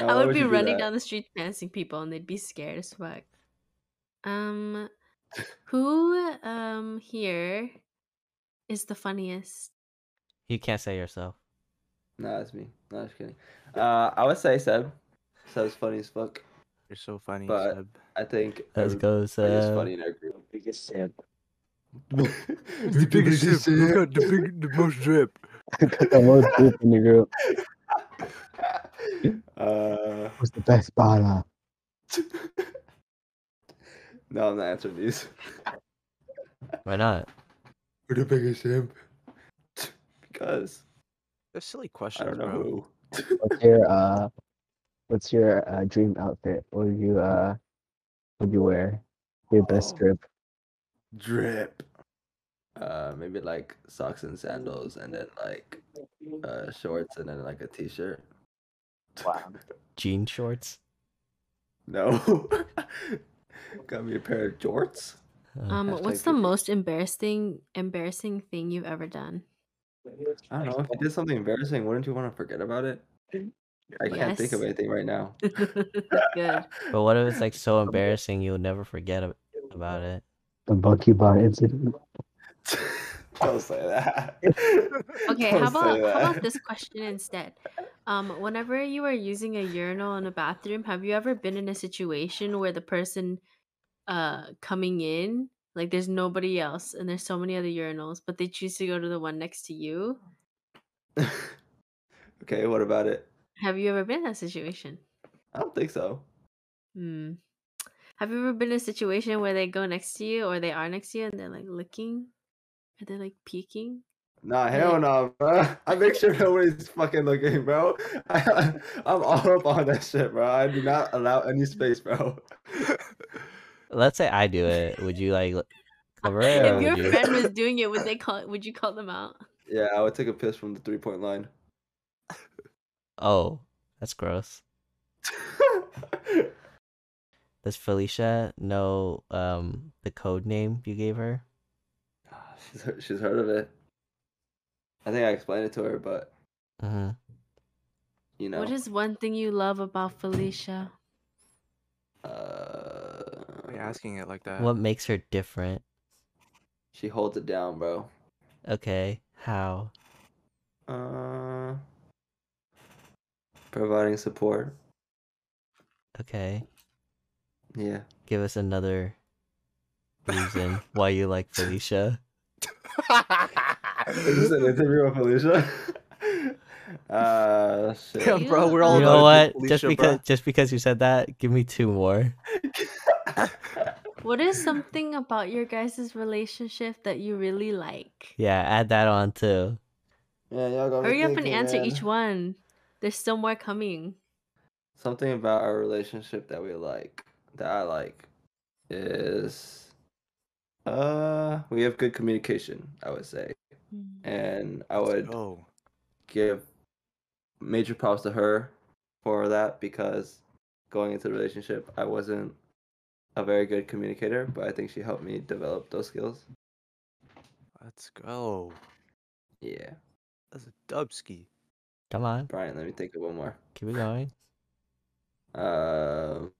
Speaker 3: Oh, why
Speaker 4: would, be
Speaker 3: you do
Speaker 4: running
Speaker 3: that?
Speaker 4: down the street passing people and they'd be scared as fuck. Um who um here is the funniest?
Speaker 2: you can't say yourself.
Speaker 3: No, it's me. No, just kidding. Uh, I would say Seb. Seb's funny as fuck.
Speaker 1: You're so funny,
Speaker 3: But-
Speaker 1: Seb.
Speaker 3: I think.
Speaker 2: Let's go,
Speaker 3: It's
Speaker 2: Seb.
Speaker 3: funny in our group.
Speaker 5: Biggest sip.
Speaker 3: the
Speaker 1: big, the most drip.
Speaker 5: the most poop in the group.
Speaker 3: Uh,
Speaker 5: Who's the best bala?
Speaker 3: no, I'm not answering these.
Speaker 2: Why not?
Speaker 3: We're the biggest him. Because
Speaker 1: That's silly
Speaker 3: I
Speaker 1: questions,
Speaker 3: don't know
Speaker 1: bro.
Speaker 3: who.
Speaker 5: What's your uh? What's your uh, dream outfit? What would you uh? Would you wear? Your best
Speaker 3: Oh.
Speaker 5: drip.
Speaker 3: Drip. Uh, maybe like socks and sandals, and then like uh shorts, and then like a t-shirt.
Speaker 5: Wow.
Speaker 2: Jean shorts.
Speaker 3: No. Got me a pair of jorts.
Speaker 2: Uh,
Speaker 4: Um
Speaker 3: Hashtag
Speaker 4: what's the
Speaker 3: good.
Speaker 4: most embarrassing embarrassing thing you've ever done?
Speaker 3: I don't know. If you did something embarrassing, wouldn't you want to forget about it? I can't think of
Speaker 4: Yes.
Speaker 3: anything right now.
Speaker 4: Good.
Speaker 2: but what if it's like so embarrassing you'll never forget ab- about it?
Speaker 5: The monkey bar incident.
Speaker 3: Don't say that.
Speaker 4: Okay,
Speaker 3: Don't
Speaker 4: how
Speaker 3: say
Speaker 4: about how
Speaker 3: that.
Speaker 4: about this question instead? Um, whenever you are using a urinal in a bathroom, have you ever been in a situation where the person uh coming in, like there's nobody else and there's so many other urinals, but they choose to go to the one next to you?
Speaker 3: okay, what about it?
Speaker 4: Have you ever been in that situation?
Speaker 3: I don't think so.
Speaker 4: Hmm. Have you ever been in a situation where they go next to you or they are next to you and they're like looking? Are they like peeking?
Speaker 3: Nah, hell no, bro. I make sure nobody's fucking looking, bro. I, I'm all up on that shit, bro. I do not allow any space, bro.
Speaker 2: Let's say I do it. Would you like l- cover it? or
Speaker 3: Yeah,
Speaker 4: if
Speaker 2: would
Speaker 4: your
Speaker 2: you-
Speaker 4: friend was doing it, would they call would you call them out?
Speaker 3: Yeah, I would take a piss from the three point line.
Speaker 2: Oh, that's gross. Does Felicia know um the code name you gave her?
Speaker 3: she's, heard, she's heard of it. I think I explained it to her, but
Speaker 2: Mm-hmm.
Speaker 3: you know.
Speaker 4: What is one thing you love about Felicia?
Speaker 3: uh,
Speaker 1: Why are you asking it like that?
Speaker 2: What makes her different?
Speaker 3: She holds it down, bro.
Speaker 2: Okay, how?
Speaker 3: Uh, providing support.
Speaker 2: Okay,
Speaker 3: Yeah.
Speaker 2: give us another reason why you like Felicia.
Speaker 3: Is this an interview with Felicia? Uh,
Speaker 1: Yeah,
Speaker 3: shit.
Speaker 4: You
Speaker 1: bro,
Speaker 4: don't
Speaker 1: we're all
Speaker 2: You
Speaker 4: Oh,
Speaker 2: know
Speaker 1: about
Speaker 2: what?
Speaker 1: to do
Speaker 2: just
Speaker 1: Felicia,
Speaker 2: because
Speaker 1: bruh.
Speaker 2: just because you said that, give me two more.
Speaker 4: What is something about your guys' relationship that you really like?
Speaker 2: Yeah, add that on too.
Speaker 3: Yeah, y'all got me
Speaker 4: Hurry up and
Speaker 3: thinking,
Speaker 4: answer
Speaker 3: man.
Speaker 4: each one. There's still more coming.
Speaker 3: Something about our relationship that we like, that I like, is uh, we have good communication. I would say, and I would
Speaker 1: Oh,
Speaker 3: give major props to her for that because going into the relationship, I wasn't a very good communicator, but I think she helped me develop those skills.
Speaker 1: let's go.
Speaker 3: Yeah,
Speaker 1: That's a dubski.
Speaker 2: Come on,
Speaker 3: Brian, let me think of one more.
Speaker 2: keep it going.
Speaker 3: Um,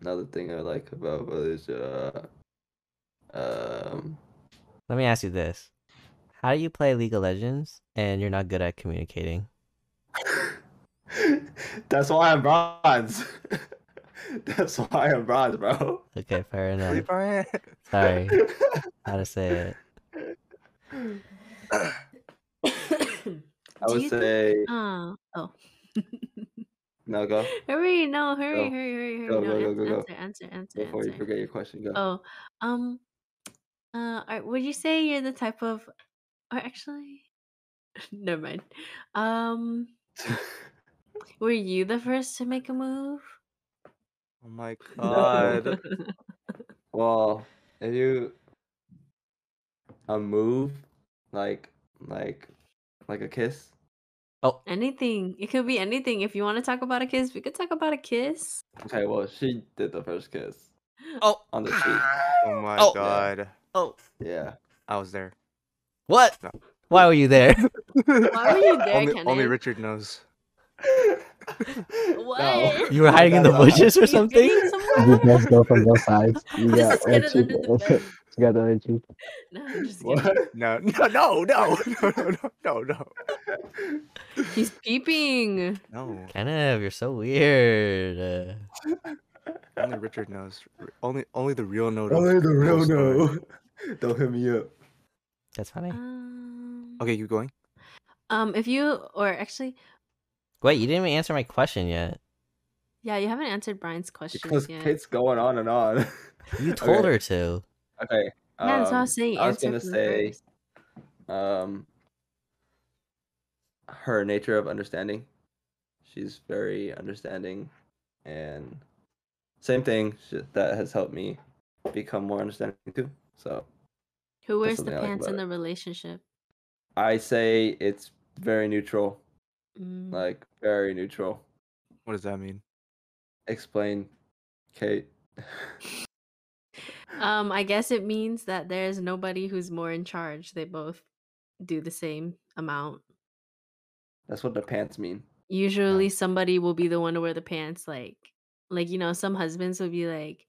Speaker 3: another thing I like about Valencia, um,
Speaker 2: Let me ask you this: How do you play League of Legends and you're not good at communicating?
Speaker 3: that's why I'm bronze. that's why I'm bronze, bro.
Speaker 2: Okay, fair enough.
Speaker 1: Brian.
Speaker 2: Sorry, how to say it?
Speaker 3: I would say
Speaker 4: Uh, oh.
Speaker 3: no go
Speaker 4: hurry, no, hurry, hurry,
Speaker 3: Go.
Speaker 4: hurry, hurry.
Speaker 3: Go,
Speaker 4: no,
Speaker 3: go, go,
Speaker 4: answer,
Speaker 3: go, go.
Speaker 4: answer, answer, answer,
Speaker 3: before you
Speaker 4: answer.
Speaker 3: forget your question. Go.
Speaker 4: Oh, um, uh, are, would you say you're the type of, or actually, never mind. Um, were you the first to make a move?
Speaker 1: Oh my
Speaker 3: No.
Speaker 1: god.
Speaker 3: well, if you a move, like like like a kiss.
Speaker 4: Anything. It could be anything. If you want to talk about a kiss, we could talk about a kiss.
Speaker 3: Okay, well she did the first kiss
Speaker 2: Oh,
Speaker 3: on the cheek.
Speaker 1: Oh my
Speaker 2: Oh.
Speaker 1: god.
Speaker 2: oh,
Speaker 3: Yeah.
Speaker 1: I was there.
Speaker 2: what?
Speaker 1: No.
Speaker 2: Why were you there?
Speaker 4: Why were you there,
Speaker 1: only,
Speaker 4: Kenneth?
Speaker 1: only Richard knows.
Speaker 3: No.
Speaker 4: What?
Speaker 2: You were hiding in the
Speaker 3: No, no, no.
Speaker 2: bushes or
Speaker 4: Were you
Speaker 2: something?
Speaker 4: dating
Speaker 5: You
Speaker 4: someone?
Speaker 5: guys go from both sides. You
Speaker 4: Just
Speaker 5: got one
Speaker 4: get it
Speaker 5: cheek.
Speaker 4: under the bed.
Speaker 5: You got the other cheek.
Speaker 4: No, I'm just
Speaker 3: What?
Speaker 4: kidding.
Speaker 1: No, no, no, no, no, no, no, no, no.
Speaker 4: He's peeping.
Speaker 1: No,
Speaker 2: Kenneth, you're so weird. Uh,
Speaker 1: only Richard knows. R- Only, only the real know.
Speaker 3: Only the real
Speaker 1: whole story.
Speaker 3: know. Don't hit me up.
Speaker 2: That's funny.
Speaker 4: Um,
Speaker 1: Okay, you going?
Speaker 4: Um, if you or actually,
Speaker 2: Wait, you didn't even answer my question yet.
Speaker 4: yeah, you haven't answered Brian's question
Speaker 3: Because
Speaker 4: yet.
Speaker 3: Kate's going on and on.
Speaker 2: You told
Speaker 3: Okay.
Speaker 2: her to.
Speaker 3: Okay.
Speaker 4: yeah, that's what I
Speaker 3: um,
Speaker 4: was saying.
Speaker 3: I was
Speaker 4: answer
Speaker 3: gonna
Speaker 4: from
Speaker 3: say-
Speaker 4: first.
Speaker 3: um her nature of understanding she's very understanding and same thing sh- that has helped me become more understanding too so
Speaker 4: who wears the
Speaker 3: something I like
Speaker 4: pants
Speaker 3: about
Speaker 4: in
Speaker 3: it.
Speaker 4: the relationship.
Speaker 3: i say it's very neutral
Speaker 4: Mm.
Speaker 3: like very neutral
Speaker 1: What does that mean?
Speaker 3: explain kate
Speaker 4: Um, I guess it means that there's nobody who's more in charge. They both do the same amount.
Speaker 3: that's what the pants mean
Speaker 4: Usually somebody will be the one to wear the pants like like you know, some husbands will be like,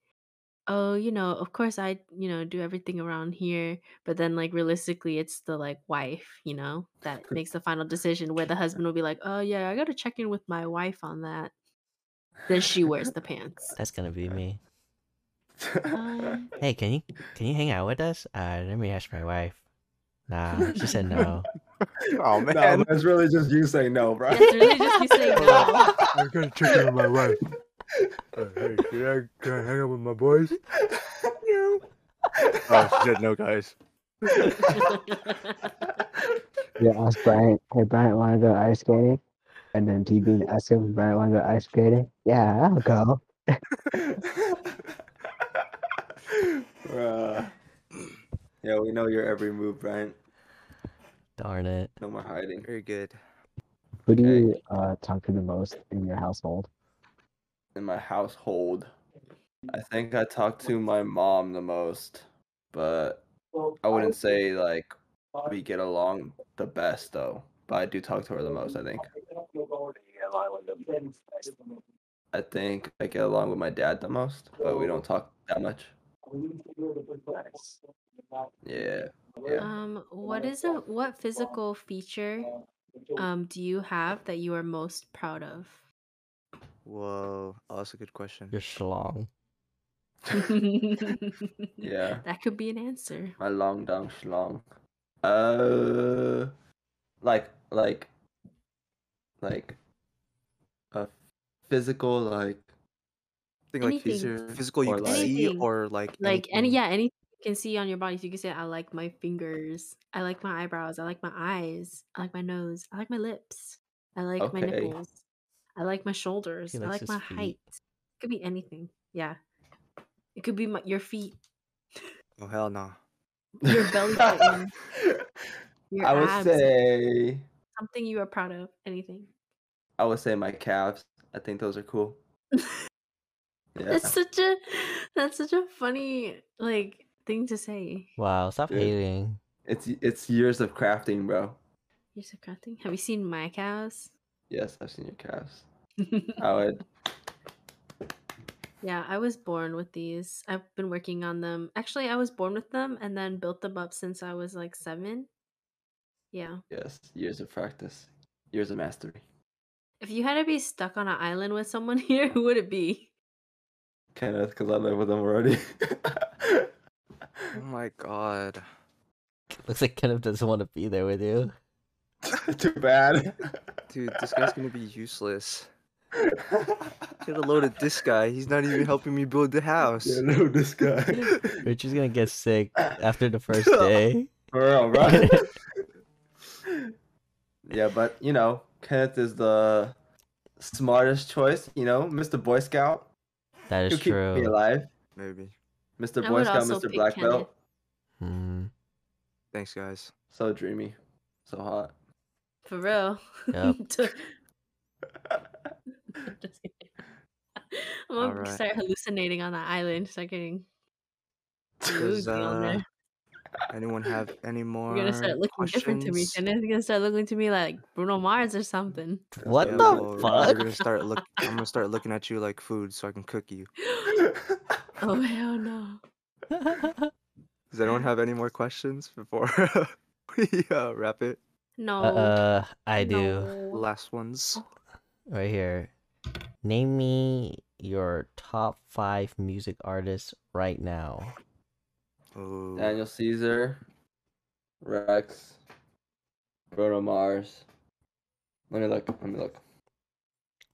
Speaker 4: "Oh, you know, of course I, you know, do everything around here." But then like realistically it's the like wife, you know, that makes the final decision where the husband will be like, "Oh, yeah, I got to check in with my wife on that." Then she wears the pants.
Speaker 2: That's gonna be me.
Speaker 4: Um,
Speaker 2: Hey, can you can you hang out with us? Uh, let me ask my wife. Nah, she said no.
Speaker 1: Oh,
Speaker 3: No,
Speaker 1: man.
Speaker 3: that's really just you saying no bro
Speaker 4: That's really just you saying no.
Speaker 1: I'm gonna check in with my wife. Uh, hey, can I, can I hang out with my boys?
Speaker 3: no
Speaker 1: Oh, she said no, guys.
Speaker 5: Yeah, ask Brian. Hey, Brian, want to go ice skating? And then TB asked him, Brian, want to go ice skating? Yeah, I'll go.
Speaker 3: Bruh. Yeah, we know your every move, Brian.
Speaker 2: Darn it.
Speaker 3: No more hiding.
Speaker 1: Very good.
Speaker 5: Who do
Speaker 3: Okay.
Speaker 5: you uh, talk to the most in your household?
Speaker 3: In my household, I think I talk to my mom the most, but I
Speaker 5: Oh.
Speaker 3: wouldn't say like we get along the best though. But I do talk to her the most. I think. I think I get along with my dad the most, but we don't talk that much. Yeah. Yeah.
Speaker 4: Um, what is a what physical feature
Speaker 3: oh.
Speaker 4: um do you have that you are most proud of?
Speaker 1: Whoa. Oh, that's a good question.
Speaker 2: You're schlong.
Speaker 3: Yeah.
Speaker 4: That could be an answer.
Speaker 3: My long dong schlong. Uh, like like like a physical like
Speaker 1: Something like
Speaker 4: Anything.
Speaker 1: physi- physical you
Speaker 3: Or
Speaker 1: can
Speaker 3: like-
Speaker 1: see,
Speaker 4: Anything.
Speaker 1: or like
Speaker 4: Like any
Speaker 1: anything.
Speaker 3: Mm-hmm.
Speaker 4: yeah, anything you can see on your body. So you can say, I like my fingers, I like my eyebrows, I like my eyes, I like my nose, I like my lips, I like my
Speaker 3: Okay.
Speaker 4: nipples, I like my shoulders, I
Speaker 2: likes
Speaker 4: like
Speaker 2: his
Speaker 4: my
Speaker 2: feet.
Speaker 4: height. could be anything. Yeah. It could be my, your feet,
Speaker 1: Oh hell no.
Speaker 4: Your belly button. your
Speaker 3: I would
Speaker 4: abs,
Speaker 3: say
Speaker 4: something you are proud of, anything.
Speaker 3: I would say my calves. I think those are cool. Yeah.
Speaker 4: That's such a that's such a funny like thing to say.
Speaker 2: Wow, stop
Speaker 3: Dude.
Speaker 2: hating.
Speaker 3: It's it's years of crafting, bro.
Speaker 4: You're so crafting. Have you seen my cows?
Speaker 3: Yes, I've seen your calves. I would
Speaker 4: yeah, I was born with these. I've been working on them. Actually, I was born with them and then built them up since I was like seven. Yeah.
Speaker 3: yes, years of practice. Years of mastery.
Speaker 4: If you had to be stuck on an island with someone here, who would it be?
Speaker 3: Kenneth, because I live with them already.
Speaker 1: Oh my god.
Speaker 2: Looks like Kenneth doesn't want to be there with you.
Speaker 3: Too bad.
Speaker 1: Dude, this guy's gonna be useless. Get a load of this guy. He's not even helping me build the house.
Speaker 3: Yeah, no, this guy.
Speaker 2: Richie's gonna get sick after the first day.
Speaker 3: For real, bro. yeah, but you know, Kenneth is the smartest choice. You know, Mr. Boy Scout.
Speaker 2: That
Speaker 3: He'll
Speaker 2: is
Speaker 3: keep me
Speaker 2: true.
Speaker 3: alive.
Speaker 1: Maybe.
Speaker 3: Mr.
Speaker 4: I
Speaker 3: Boy
Speaker 4: would
Speaker 3: Scout,
Speaker 4: also
Speaker 3: Mr.
Speaker 4: pick
Speaker 3: Black Belt.
Speaker 2: Hmm.
Speaker 1: Thanks, guys.
Speaker 3: So dreamy, so hot.
Speaker 4: For real.
Speaker 2: Yep.
Speaker 4: Just kidding. I'm gonna
Speaker 1: Alright.
Speaker 4: start hallucinating on that island. Start getting
Speaker 1: Does
Speaker 4: woozy on
Speaker 1: uh,
Speaker 4: there.
Speaker 1: anyone have any more?
Speaker 4: You're gonna start looking different to me.
Speaker 1: questions?
Speaker 4: Kenneth. You're gonna start looking to me like Bruno Mars or something.
Speaker 2: What
Speaker 1: Yeah,
Speaker 2: the
Speaker 1: well, You're
Speaker 2: fuck?
Speaker 1: gonna start look. I'm gonna start looking at you like food, so I can cook you.
Speaker 4: oh hell no.
Speaker 1: Does anyone have any more questions before we uh, wrap it?
Speaker 4: No.
Speaker 2: uh, I do.
Speaker 4: Oh, no.
Speaker 1: Last ones.
Speaker 4: oh.
Speaker 2: Right here. Name me your top five music artists right now.
Speaker 1: Ooh.
Speaker 3: Daniel Caesar, Rex, Bruno Mars. Let me look. Let me look.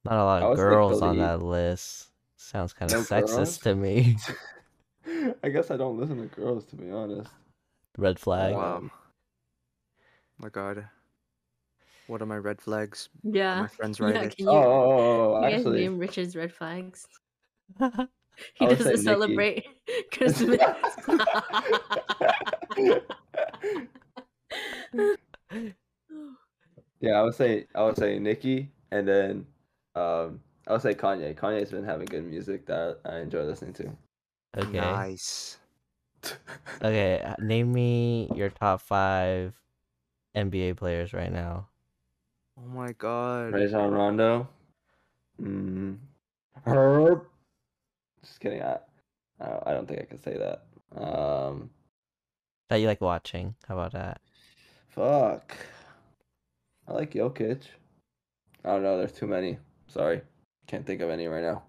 Speaker 2: Not a lot
Speaker 3: I
Speaker 2: of
Speaker 3: was like
Speaker 2: girls on
Speaker 3: Billie-
Speaker 2: that list. Sounds kind
Speaker 3: E- No
Speaker 2: of
Speaker 3: girls?
Speaker 2: sexist to me.
Speaker 3: I guess I don't listen to girls to be honest.
Speaker 2: Red flag.
Speaker 1: Wow. My God. What are my red flags? Are
Speaker 4: Yeah.
Speaker 1: my friends
Speaker 4: Uh, Yeah,
Speaker 1: right?
Speaker 4: can you,
Speaker 3: Oh, oh, oh, oh,
Speaker 4: you guys
Speaker 3: actually,
Speaker 4: name Richard's red flags?
Speaker 3: I
Speaker 4: He
Speaker 3: would
Speaker 4: doesn't
Speaker 3: say Nikki.
Speaker 4: celebrate Christmas.
Speaker 3: yeah, I would say I would say Nicki, and then um, I would say Kanye. Kanye's been having good music that I enjoy listening to.
Speaker 2: okay.
Speaker 1: Nice.
Speaker 2: Okay. uh, Name me your top five NBA players right now.
Speaker 1: Oh my God.
Speaker 3: Rajon Rondo. Mm. Herb. Just kidding. I, I don't- I don't think I can say that. Um,
Speaker 2: That you like watching. How about that?
Speaker 3: fuck. I like Jokic. I don't know. There's too many. Sorry, can't think of any right now.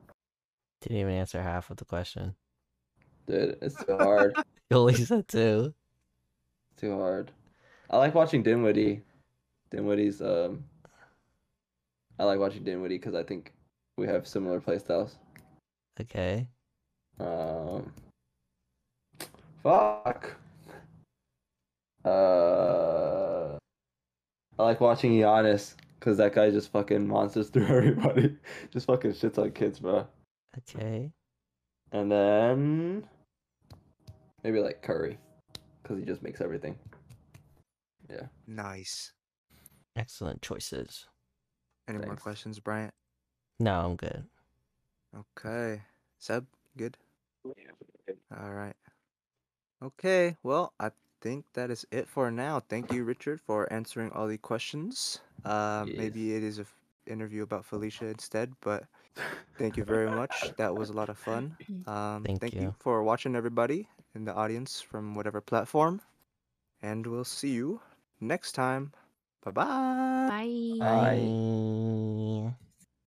Speaker 2: Didn't even answer half of the question.
Speaker 3: Dude, it's too hard.
Speaker 2: You only said two.
Speaker 3: It's too hard. I like watching Dinwiddie. Dinwiddie's um. I like watching Dinwiddie because I think we have similar playstyles.
Speaker 2: Okay.
Speaker 3: Um, fuck. Uh, I like watching Giannis because that guy just fucking monsters through everybody. just fucking shits on kids, bro.
Speaker 2: Okay.
Speaker 3: And then maybe like Curry because he just makes everything.
Speaker 1: Nice.
Speaker 2: Excellent choices.
Speaker 1: Any more
Speaker 3: Thanks.
Speaker 1: questions, Bryant?
Speaker 2: No, I'm good.
Speaker 1: Okay. Seb, good? All right. Okay. Well, I think that is it for now. Thank you, Richard, for answering all the questions. Uh, Maybe it is a f- interview about Felicia instead, but thank you very much. That was a lot of fun. Um,
Speaker 2: Thank
Speaker 1: thank you
Speaker 2: you.
Speaker 1: for watching, everybody in the audience from whatever platform. And we'll see you next time. Bye bye.
Speaker 4: Bye.
Speaker 3: Bye.
Speaker 2: Bye.